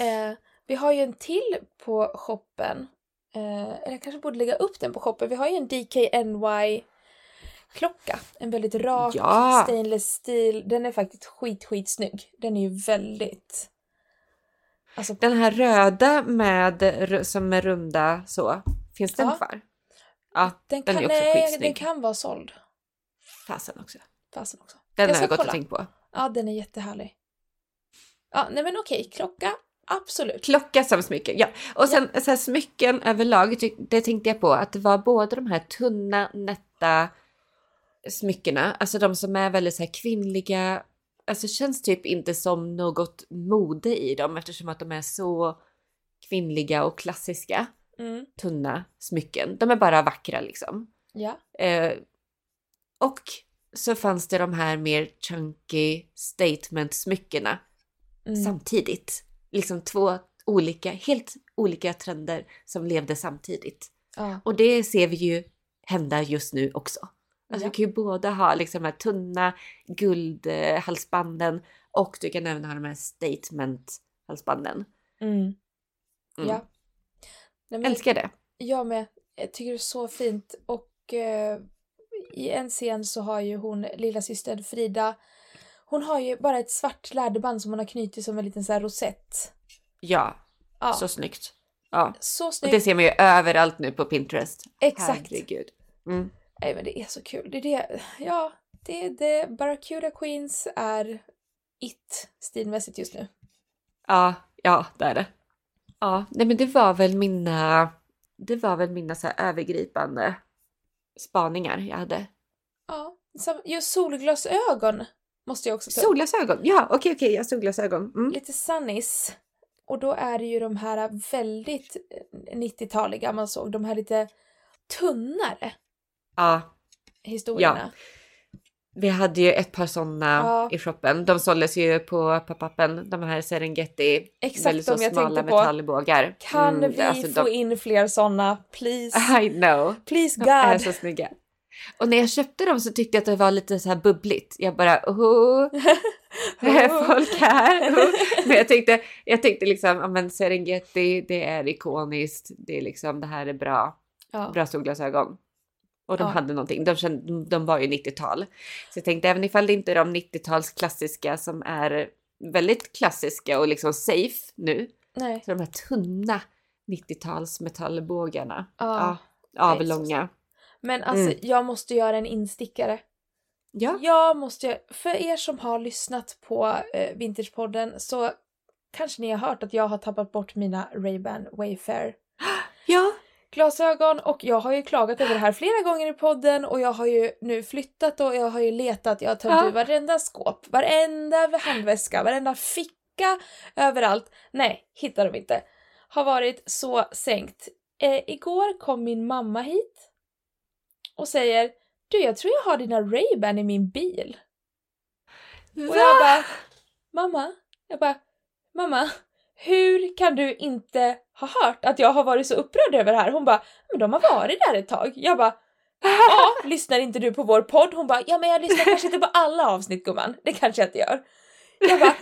Speaker 2: Eh, vi har ju en till på shoppen. Eh, eller jag kanske borde lägga upp den på shoppen. Vi har ju en DKNY-klocka. En väldigt rak
Speaker 1: Ja.
Speaker 2: stainless steel. Den är faktiskt skit, skit snygg. Den är ju väldigt... Alltså,
Speaker 1: Den här röda med, ru- som är runda så, finns den
Speaker 2: Ja.
Speaker 1: kvar? Ja,
Speaker 2: den
Speaker 1: den
Speaker 2: kan,
Speaker 1: är också
Speaker 2: nej, den
Speaker 1: skitsnygg.
Speaker 2: kan vara såld.
Speaker 1: fasen också.
Speaker 2: Fasen också.
Speaker 1: Den
Speaker 2: Jag
Speaker 1: har
Speaker 2: ska
Speaker 1: jag gått
Speaker 2: kolla.
Speaker 1: och tänkt på.
Speaker 2: Ja, den är jättehärlig. Ja, nej men okej. Klocka, absolut.
Speaker 1: Klocka som smycke, ja. Och sen så här, smycken överlag, ty- det tänkte jag på att det var både de här tunna, nätta smyckena, alltså de som är väldigt så här kvinnliga, alltså känns typ inte som något mode i dem eftersom att de är så kvinnliga och klassiska,
Speaker 2: Mm.
Speaker 1: tunna smycken. De är bara vackra liksom.
Speaker 2: Ja.
Speaker 1: Eh, och så fanns det de här mer chunky statement-smyckena
Speaker 2: Mm.
Speaker 1: samtidigt. Liksom två olika, helt olika trender som levde samtidigt.
Speaker 2: ja.
Speaker 1: Och det ser vi ju hända just nu också. Alltså
Speaker 2: Ja.
Speaker 1: Du kan ju både ha liksom de här tunna guldhalsbanden och du kan även ha de här statement-halsbanden.
Speaker 2: Mm.
Speaker 1: Mm.
Speaker 2: Ja. Nej, men,
Speaker 1: Älskar det.
Speaker 2: jag med. Jag tycker det är så fint. Och eh, i en scen så har ju hon, lilla systern Frida, hon har ju bara ett svart läderband som hon har knutit som en liten så här rosett.
Speaker 1: Ja,
Speaker 2: Ja,
Speaker 1: så
Speaker 2: så,
Speaker 1: snyggt. Ja. Och
Speaker 2: snyggt.
Speaker 1: det ser man ju överallt nu på Pinterest.
Speaker 2: Exakt.
Speaker 1: Herregud. Mm.
Speaker 2: Nej men det är så kul. Det är det, ja, det är det. Barracuda Queens är it stilmässigt just nu.
Speaker 1: Ja, ja, det är det. Ja, nej men det var väl mina, det var väl mina så här övergripande spaningar jag hade.
Speaker 2: Ja, sam- just solglasögon måste jag också ta upp.
Speaker 1: Solglasögon, ja okej okej, jag har solglasögon. Mm.
Speaker 2: lite sunnies. Och då är det ju de här väldigt eh, 90-taliga man såg, de här lite tunnare
Speaker 1: Ja,
Speaker 2: historierna.
Speaker 1: vi hade ju ett par sådana
Speaker 2: Ja.
Speaker 1: i shoppen. De såldes ju på pappappen, de här Serengeti.
Speaker 2: Exakt
Speaker 1: väldigt så
Speaker 2: de jag
Speaker 1: smala
Speaker 2: tänkte på.
Speaker 1: metallbågar.
Speaker 2: Kan
Speaker 1: Mm,
Speaker 2: vi
Speaker 1: alltså
Speaker 2: få
Speaker 1: de-
Speaker 2: in fler sådana? Please,
Speaker 1: I know.
Speaker 2: please
Speaker 1: De är
Speaker 2: God.
Speaker 1: så snygga. Och när jag köpte dem så tyckte jag att det var lite så här bubbligt. Jag bara oh, är folk här. Oh. Men jag tyckte, jag tyckte liksom, ja men Serengeti, det är ikoniskt. Det är liksom, det här är bra.
Speaker 2: Ja.
Speaker 1: Bra solglasögon. Och de
Speaker 2: Ja.
Speaker 1: hade någonting. De, kände, de- de var ju 90-tal. Så jag tänkte även ifall det inte är de 90-tals klassiska som är väldigt klassiska och liksom safe nu.
Speaker 2: Nej.
Speaker 1: Så de här tunna 90-tals metallbågarna.
Speaker 2: Ja.
Speaker 1: Ja,
Speaker 2: så
Speaker 1: avlånga.
Speaker 2: Men alltså
Speaker 1: Mm.
Speaker 2: jag måste göra en instickare.
Speaker 1: Ja,
Speaker 2: Jag måste, göra- för er som har lyssnat på eh, Vintagepodden så kanske ni har hört att jag har tappat bort mina Ray-Ban Wayfair
Speaker 1: ja.
Speaker 2: glasögon och jag har ju klagat över det här flera gånger i podden och jag har ju nu flyttat och jag har ju letat, jag har tömt
Speaker 1: Ja.
Speaker 2: ur varenda skåp, varenda handväska, varenda ficka, överallt. Nej, hittar de inte. Har varit så sänkt. Eh, igår kom min mamma hit och säger Du, jag tror jag har dina Ray-Ban i min bil. Och jag bara, mamma, jag bara, mamma, hur kan du inte ha hört att jag har varit så upprörd över det här? Hon bara, men de har varit där ett tag. Jag bara, ja, lyssnar inte du på vår podd? Hon bara, ja men jag lyssnar kanske inte på alla avsnitt gumman, det kanske jag inte gör. Jag bara,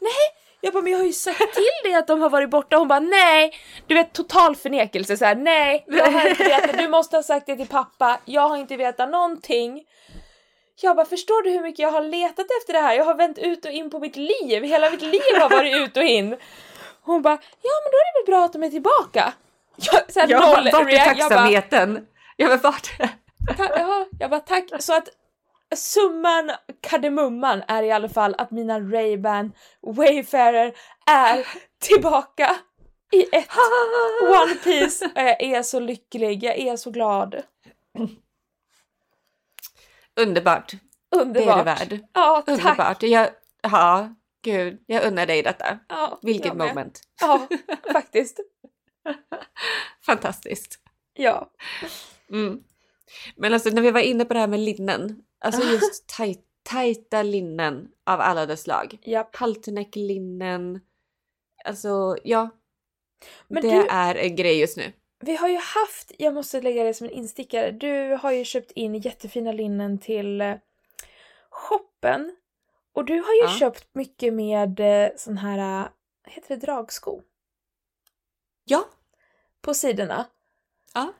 Speaker 2: nej, jag bara, men jag har ju sagt till dig att de har varit borta. Hon bara, nej, du vet total förnekelse så här, nej, jag har inte vetat, du måste ha sagt det till pappa, jag har inte vetat någonting. Jag bara, förstår du hur mycket jag har letat efter det här? Jag har vänt ut och in på mitt liv. Hela mitt liv har varit ut och in. Hon bara, ja men då är det väl bra att de är tillbaka. Jag, så här,
Speaker 1: Jag
Speaker 2: noll
Speaker 1: bara, vart är
Speaker 2: react. Jag bara,
Speaker 1: tacksamheten? Jag bara, vart?
Speaker 2: Ta- Jaha, jag bara tack. Så att summan kardemumman är i alla fall att mina Ray-Ban Wayfarer är tillbaka i ett One Piece. Och jag är så lycklig, jag är så glad.
Speaker 1: Underbart. Det är
Speaker 2: Underbart.
Speaker 1: du värd.
Speaker 2: Ja, tack.
Speaker 1: Underbart. Jag, ja, gud. Jag unnar dig detta.
Speaker 2: Ja,
Speaker 1: Vilket
Speaker 2: jag med.
Speaker 1: moment.
Speaker 2: Ja, faktiskt.
Speaker 1: Fantastiskt.
Speaker 2: Ja.
Speaker 1: Mm. Men alltså när vi var inne på det här med linnen. Alltså just taj, tajta linnen av alla dess slag.
Speaker 2: Japp.
Speaker 1: Halternecklinnen. Alltså ja,
Speaker 2: Men
Speaker 1: det
Speaker 2: du-
Speaker 1: är en grej just nu.
Speaker 2: Vi har ju haft, jag måste lägga det som en instickare, du har ju köpt in jättefina linnen till eh, shoppen. Och du har ju
Speaker 1: Ja.
Speaker 2: köpt mycket med eh, sån här, eh, heter det dragsko?
Speaker 1: Ja.
Speaker 2: På sidorna.
Speaker 1: Ja.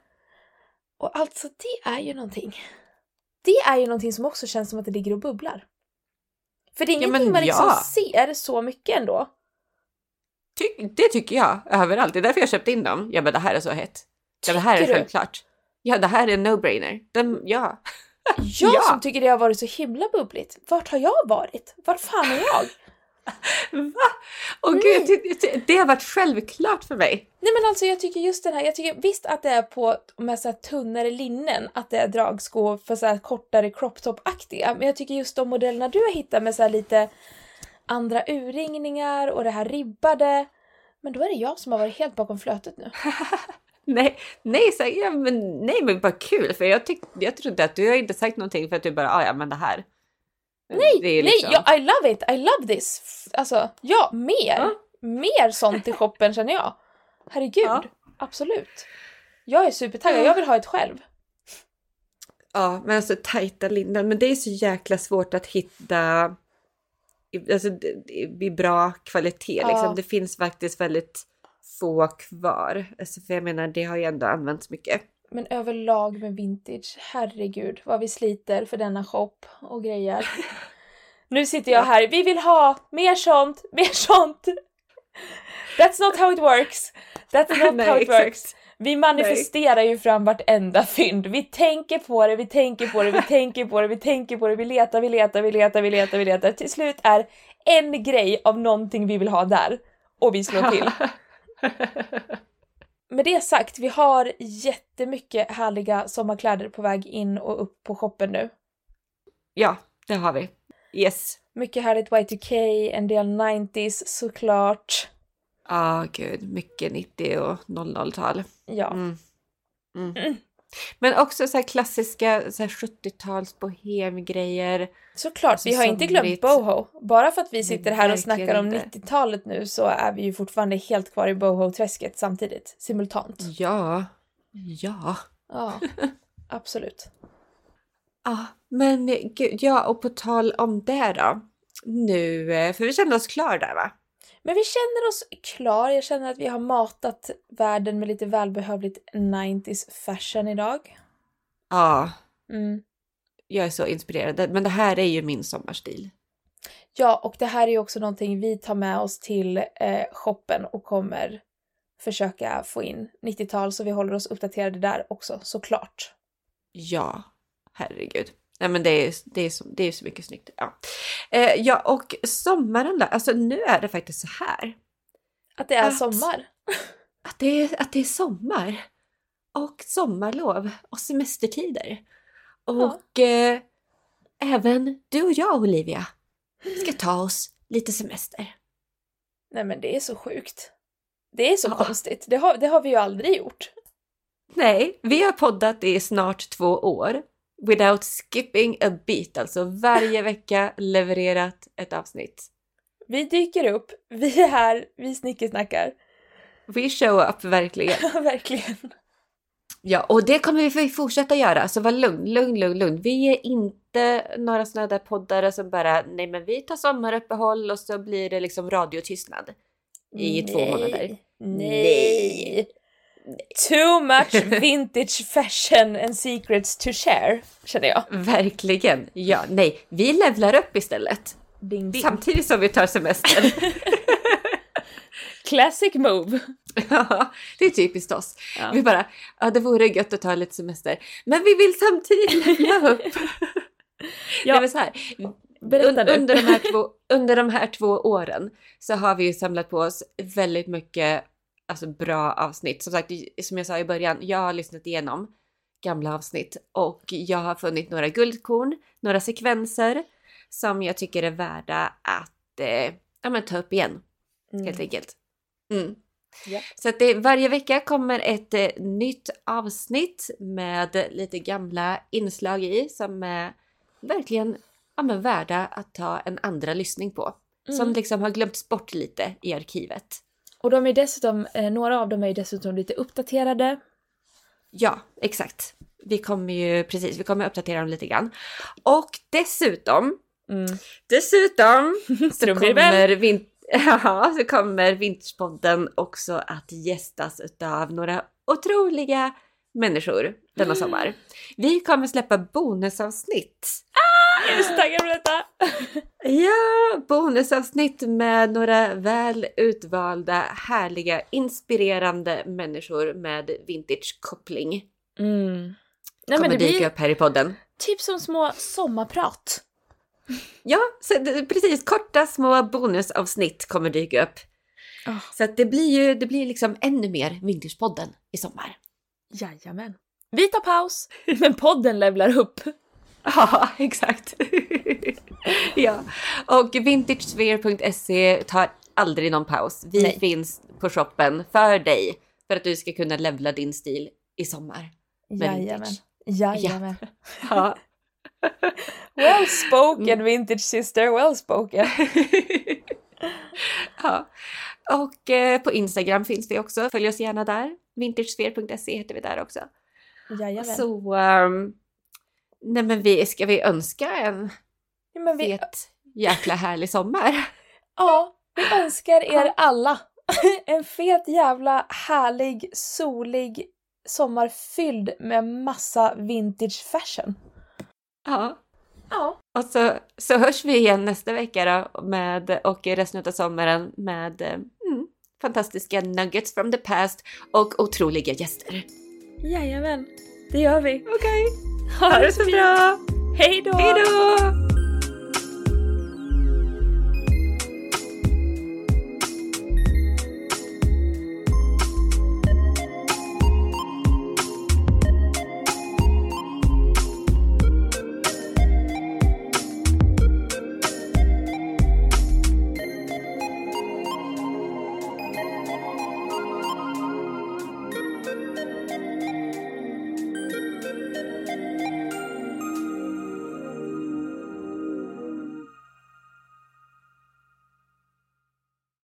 Speaker 2: Och alltså det är ju någonting. Det är ju någonting som också känns som att det ligger och bubblar. För det är
Speaker 1: Ja, men
Speaker 2: ingenting man liksom
Speaker 1: ja.
Speaker 2: ser så mycket ändå.
Speaker 1: Ty, det tycker jag överallt. Det är därför jag köpte in dem. Jag bara, det här är så hett. Ja, det här är
Speaker 2: Tycker du?
Speaker 1: självklart. Ja, det här är en no-brainer. Den, ja.
Speaker 2: Jag
Speaker 1: Ja.
Speaker 2: som tycker det har varit så himla bubbligt. Vart har jag varit? Vart fan är jag?
Speaker 1: Va? Åh
Speaker 2: Mm.
Speaker 1: gud, det, det, det har varit självklart för mig.
Speaker 2: Nej men alltså jag tycker just den här, jag tycker visst att det är på med så här tunnare linnen, att det är dragsko för så här kortare crop top-aktiga, men jag tycker just de modellerna du har hittat med så här lite andra urringningar och det här ribbade, men då är det jag som har varit helt bakom flötet nu.
Speaker 1: Nej, nej, så, ja, men, nej men vad kul för jag, tyck, jag trodde att du har inte sagt någonting för att du bara, ah, ja men det här. Nej, det är liksom-
Speaker 2: Nej, jag, I love it, I love this! F- Alltså, ja, mer!
Speaker 1: Ja.
Speaker 2: Mer sånt i shoppen känner jag. Herregud,
Speaker 1: Ja.
Speaker 2: absolut. Jag är supertaggad, jag vill ha ett själv.
Speaker 1: Ja, men alltså tajta linnen. Men det är så jäkla svårt att hitta i- alltså, d- d- i bra kvalitet.
Speaker 2: Ja.
Speaker 1: Liksom. Det finns faktiskt väldigt få kvar. Alltså, för jag menar, det har ju ändå använts mycket.
Speaker 2: Men överlag med vintage, herregud vad vi sliter för denna shop och grejer. Nu sitter jag här, vi vill ha mer sånt, mer sånt! That's not how it works! That's not how it works! Vi manifesterar ju fram vartenda fynd. Vi tänker på det, vi tänker på det, vi tänker på det, vi tänker på det, vi letar, vi letar, vi letar, vi letar, vi letar. Till slut är en grej av någonting vi vill ha där. Och vi slår till. Med det sagt, vi har jättemycket härliga sommarkläder på väg in och upp på shoppen nu.
Speaker 1: Ja, det har vi. Yes.
Speaker 2: Mycket härligt Y2K, en del 90s såklart.
Speaker 1: Ja, gud. Mycket 90 och 00-tal.
Speaker 2: Ja.
Speaker 1: Mm. Mm. Men också så här klassiska så här 70-tals bohemgrejer.
Speaker 2: Såklart, vi har inte glömt
Speaker 1: Somrigt.
Speaker 2: boho. Bara för att vi sitter här och
Speaker 1: verkligen
Speaker 2: snackar om
Speaker 1: inte.
Speaker 2: 90-talet nu så är vi ju fortfarande helt kvar i boho-träsket
Speaker 1: Mm.
Speaker 2: samtidigt, simultant.
Speaker 1: Ja, ja.
Speaker 2: Ja, absolut.
Speaker 1: Ja, men gud, ja och på tal om det då. Nu, eh, för vi kände oss klara där va?
Speaker 2: Men vi känner oss klar. Jag känner att vi har matat världen med lite välbehövligt 90s fashion idag.
Speaker 1: Ja,
Speaker 2: Mm.
Speaker 1: jag är så inspirerad. Men det här är ju min sommarstil.
Speaker 2: Ja, och det här är ju också någonting vi tar med oss till eh, shoppen och kommer försöka få in 90-tal så vi håller oss uppdaterade där också såklart.
Speaker 1: Ja, herregud. Nej men det är, det är, så, det är så mycket snyggt. Ja. Eh, ja, och sommaren då? Alltså nu är det faktiskt så här.
Speaker 2: Att det är
Speaker 1: Att-
Speaker 2: sommar.
Speaker 1: Att det är, att det är sommar. Och sommarlov och semestertider. Och eh, även du och jag Olivia ska ta oss lite semester.
Speaker 2: Nej men det är så sjukt. Det är så
Speaker 1: Ja.
Speaker 2: konstigt. Det har, det har vi ju aldrig gjort.
Speaker 1: Nej, vi har poddat i snart två år. Without skipping a beat, alltså varje vecka levererat ett avsnitt.
Speaker 2: Vi dyker upp, vi är här, vi snickesnackar.
Speaker 1: We show up verkligen.
Speaker 2: Verkligen.
Speaker 1: Ja, och det kommer vi fortsätta göra. Så var lugn, lugn, lugn, lugn. Vi är inte några sådana där poddare som bara, nej men vi tar sommaruppehåll och så blir det liksom radiotystnad. I två månader.
Speaker 2: Nej. Too much vintage fashion and secrets to share, känner jag.
Speaker 1: Verkligen. Ja, nej, vi levlar upp istället.
Speaker 2: Ding, ding.
Speaker 1: Samtidigt som vi tar semester.
Speaker 2: Classic move.
Speaker 1: ja, det är typiskt oss.
Speaker 2: Ja.
Speaker 1: Vi bara, ja det vore gött att ta lite semester. Men vi vill samtidigt levla upp.
Speaker 2: Ja.
Speaker 1: Nej, men så här,
Speaker 2: Berätta
Speaker 1: Un-
Speaker 2: nu.
Speaker 1: Under, de här två, under de här två åren så har vi ju samlat på oss väldigt mycket alltså, bra avsnitt. Som sagt, som jag sa i början, jag har lyssnat igenom gamla avsnitt och jag har funnit några guldkorn, några sekvenser som jag tycker är värda att eh, ja, men, ta upp igen helt enkelt. Mm.
Speaker 2: Japp.
Speaker 1: Så att det, varje vecka kommer ett eh, nytt avsnitt med lite gamla inslag i som är verkligen ja, men värda att ta en andra lyssning på. Som
Speaker 2: Mm.
Speaker 1: liksom har glömts bort lite i arkivet.
Speaker 2: Och de är dessutom, eh, några av dem är ju dessutom lite uppdaterade.
Speaker 1: Ja, exakt. Vi kommer ju, precis, vi kommer uppdatera dem lite grann. Och dessutom,
Speaker 2: Mm.
Speaker 1: dessutom så kommer, vin- ja, så kommer Vintagepodden också att gästas utav några otroliga människor denna sommar. Vi kommer släppa bonusavsnitt.
Speaker 2: Jag är så taggad på detta!
Speaker 1: Ja, bonusavsnitt med några väl utvalda, härliga, inspirerande människor med vintage-koppling.
Speaker 2: Mm. Nej
Speaker 1: kommer
Speaker 2: men det
Speaker 1: dyka
Speaker 2: blir
Speaker 1: upp här i podden.
Speaker 2: typ som små sommarprat.
Speaker 1: Ja, så det, precis. Korta små bonusavsnitt kommer dyka upp.
Speaker 2: Ah.
Speaker 1: Så att det blir ju det blir liksom ännu mer Vintagepodden i sommar.
Speaker 2: Jajamän. Vi tar paus, men podden levlar upp.
Speaker 1: Ja, exakt. ja. Och vintagesphere.se tar aldrig någon paus. Vi
Speaker 2: Nej.
Speaker 1: finns på shoppen för dig för att du ska kunna levla din stil i sommar. Med
Speaker 2: Jajamän.
Speaker 1: vintage.
Speaker 2: Jajamän.
Speaker 1: Ja.
Speaker 2: Well spoken vintage sister, well spoken.
Speaker 1: ja. Och eh, på Instagram finns vi också. Följ oss gärna där. Vintagesphere.se heter vi där också.
Speaker 2: Jajamän.
Speaker 1: Så... ehm, nej men vi, ska vi önska en
Speaker 2: Ja, men vi,
Speaker 1: fet jäkla härlig sommar?
Speaker 2: ja, vi önskar er alla en fet jävla härlig solig sommar fylld med massa vintage fashion.
Speaker 1: Ja.
Speaker 2: Ja.
Speaker 1: Och så, så hörs vi igen nästa vecka då med, och resten av sommaren med eh, mm, fantastiska nuggets from the past och otroliga gäster.
Speaker 2: Jajamän. Det gör vi.
Speaker 1: Okej,
Speaker 2: Ha
Speaker 1: ha det så
Speaker 2: fint.
Speaker 1: bra!
Speaker 2: Hej då!
Speaker 1: Hej då!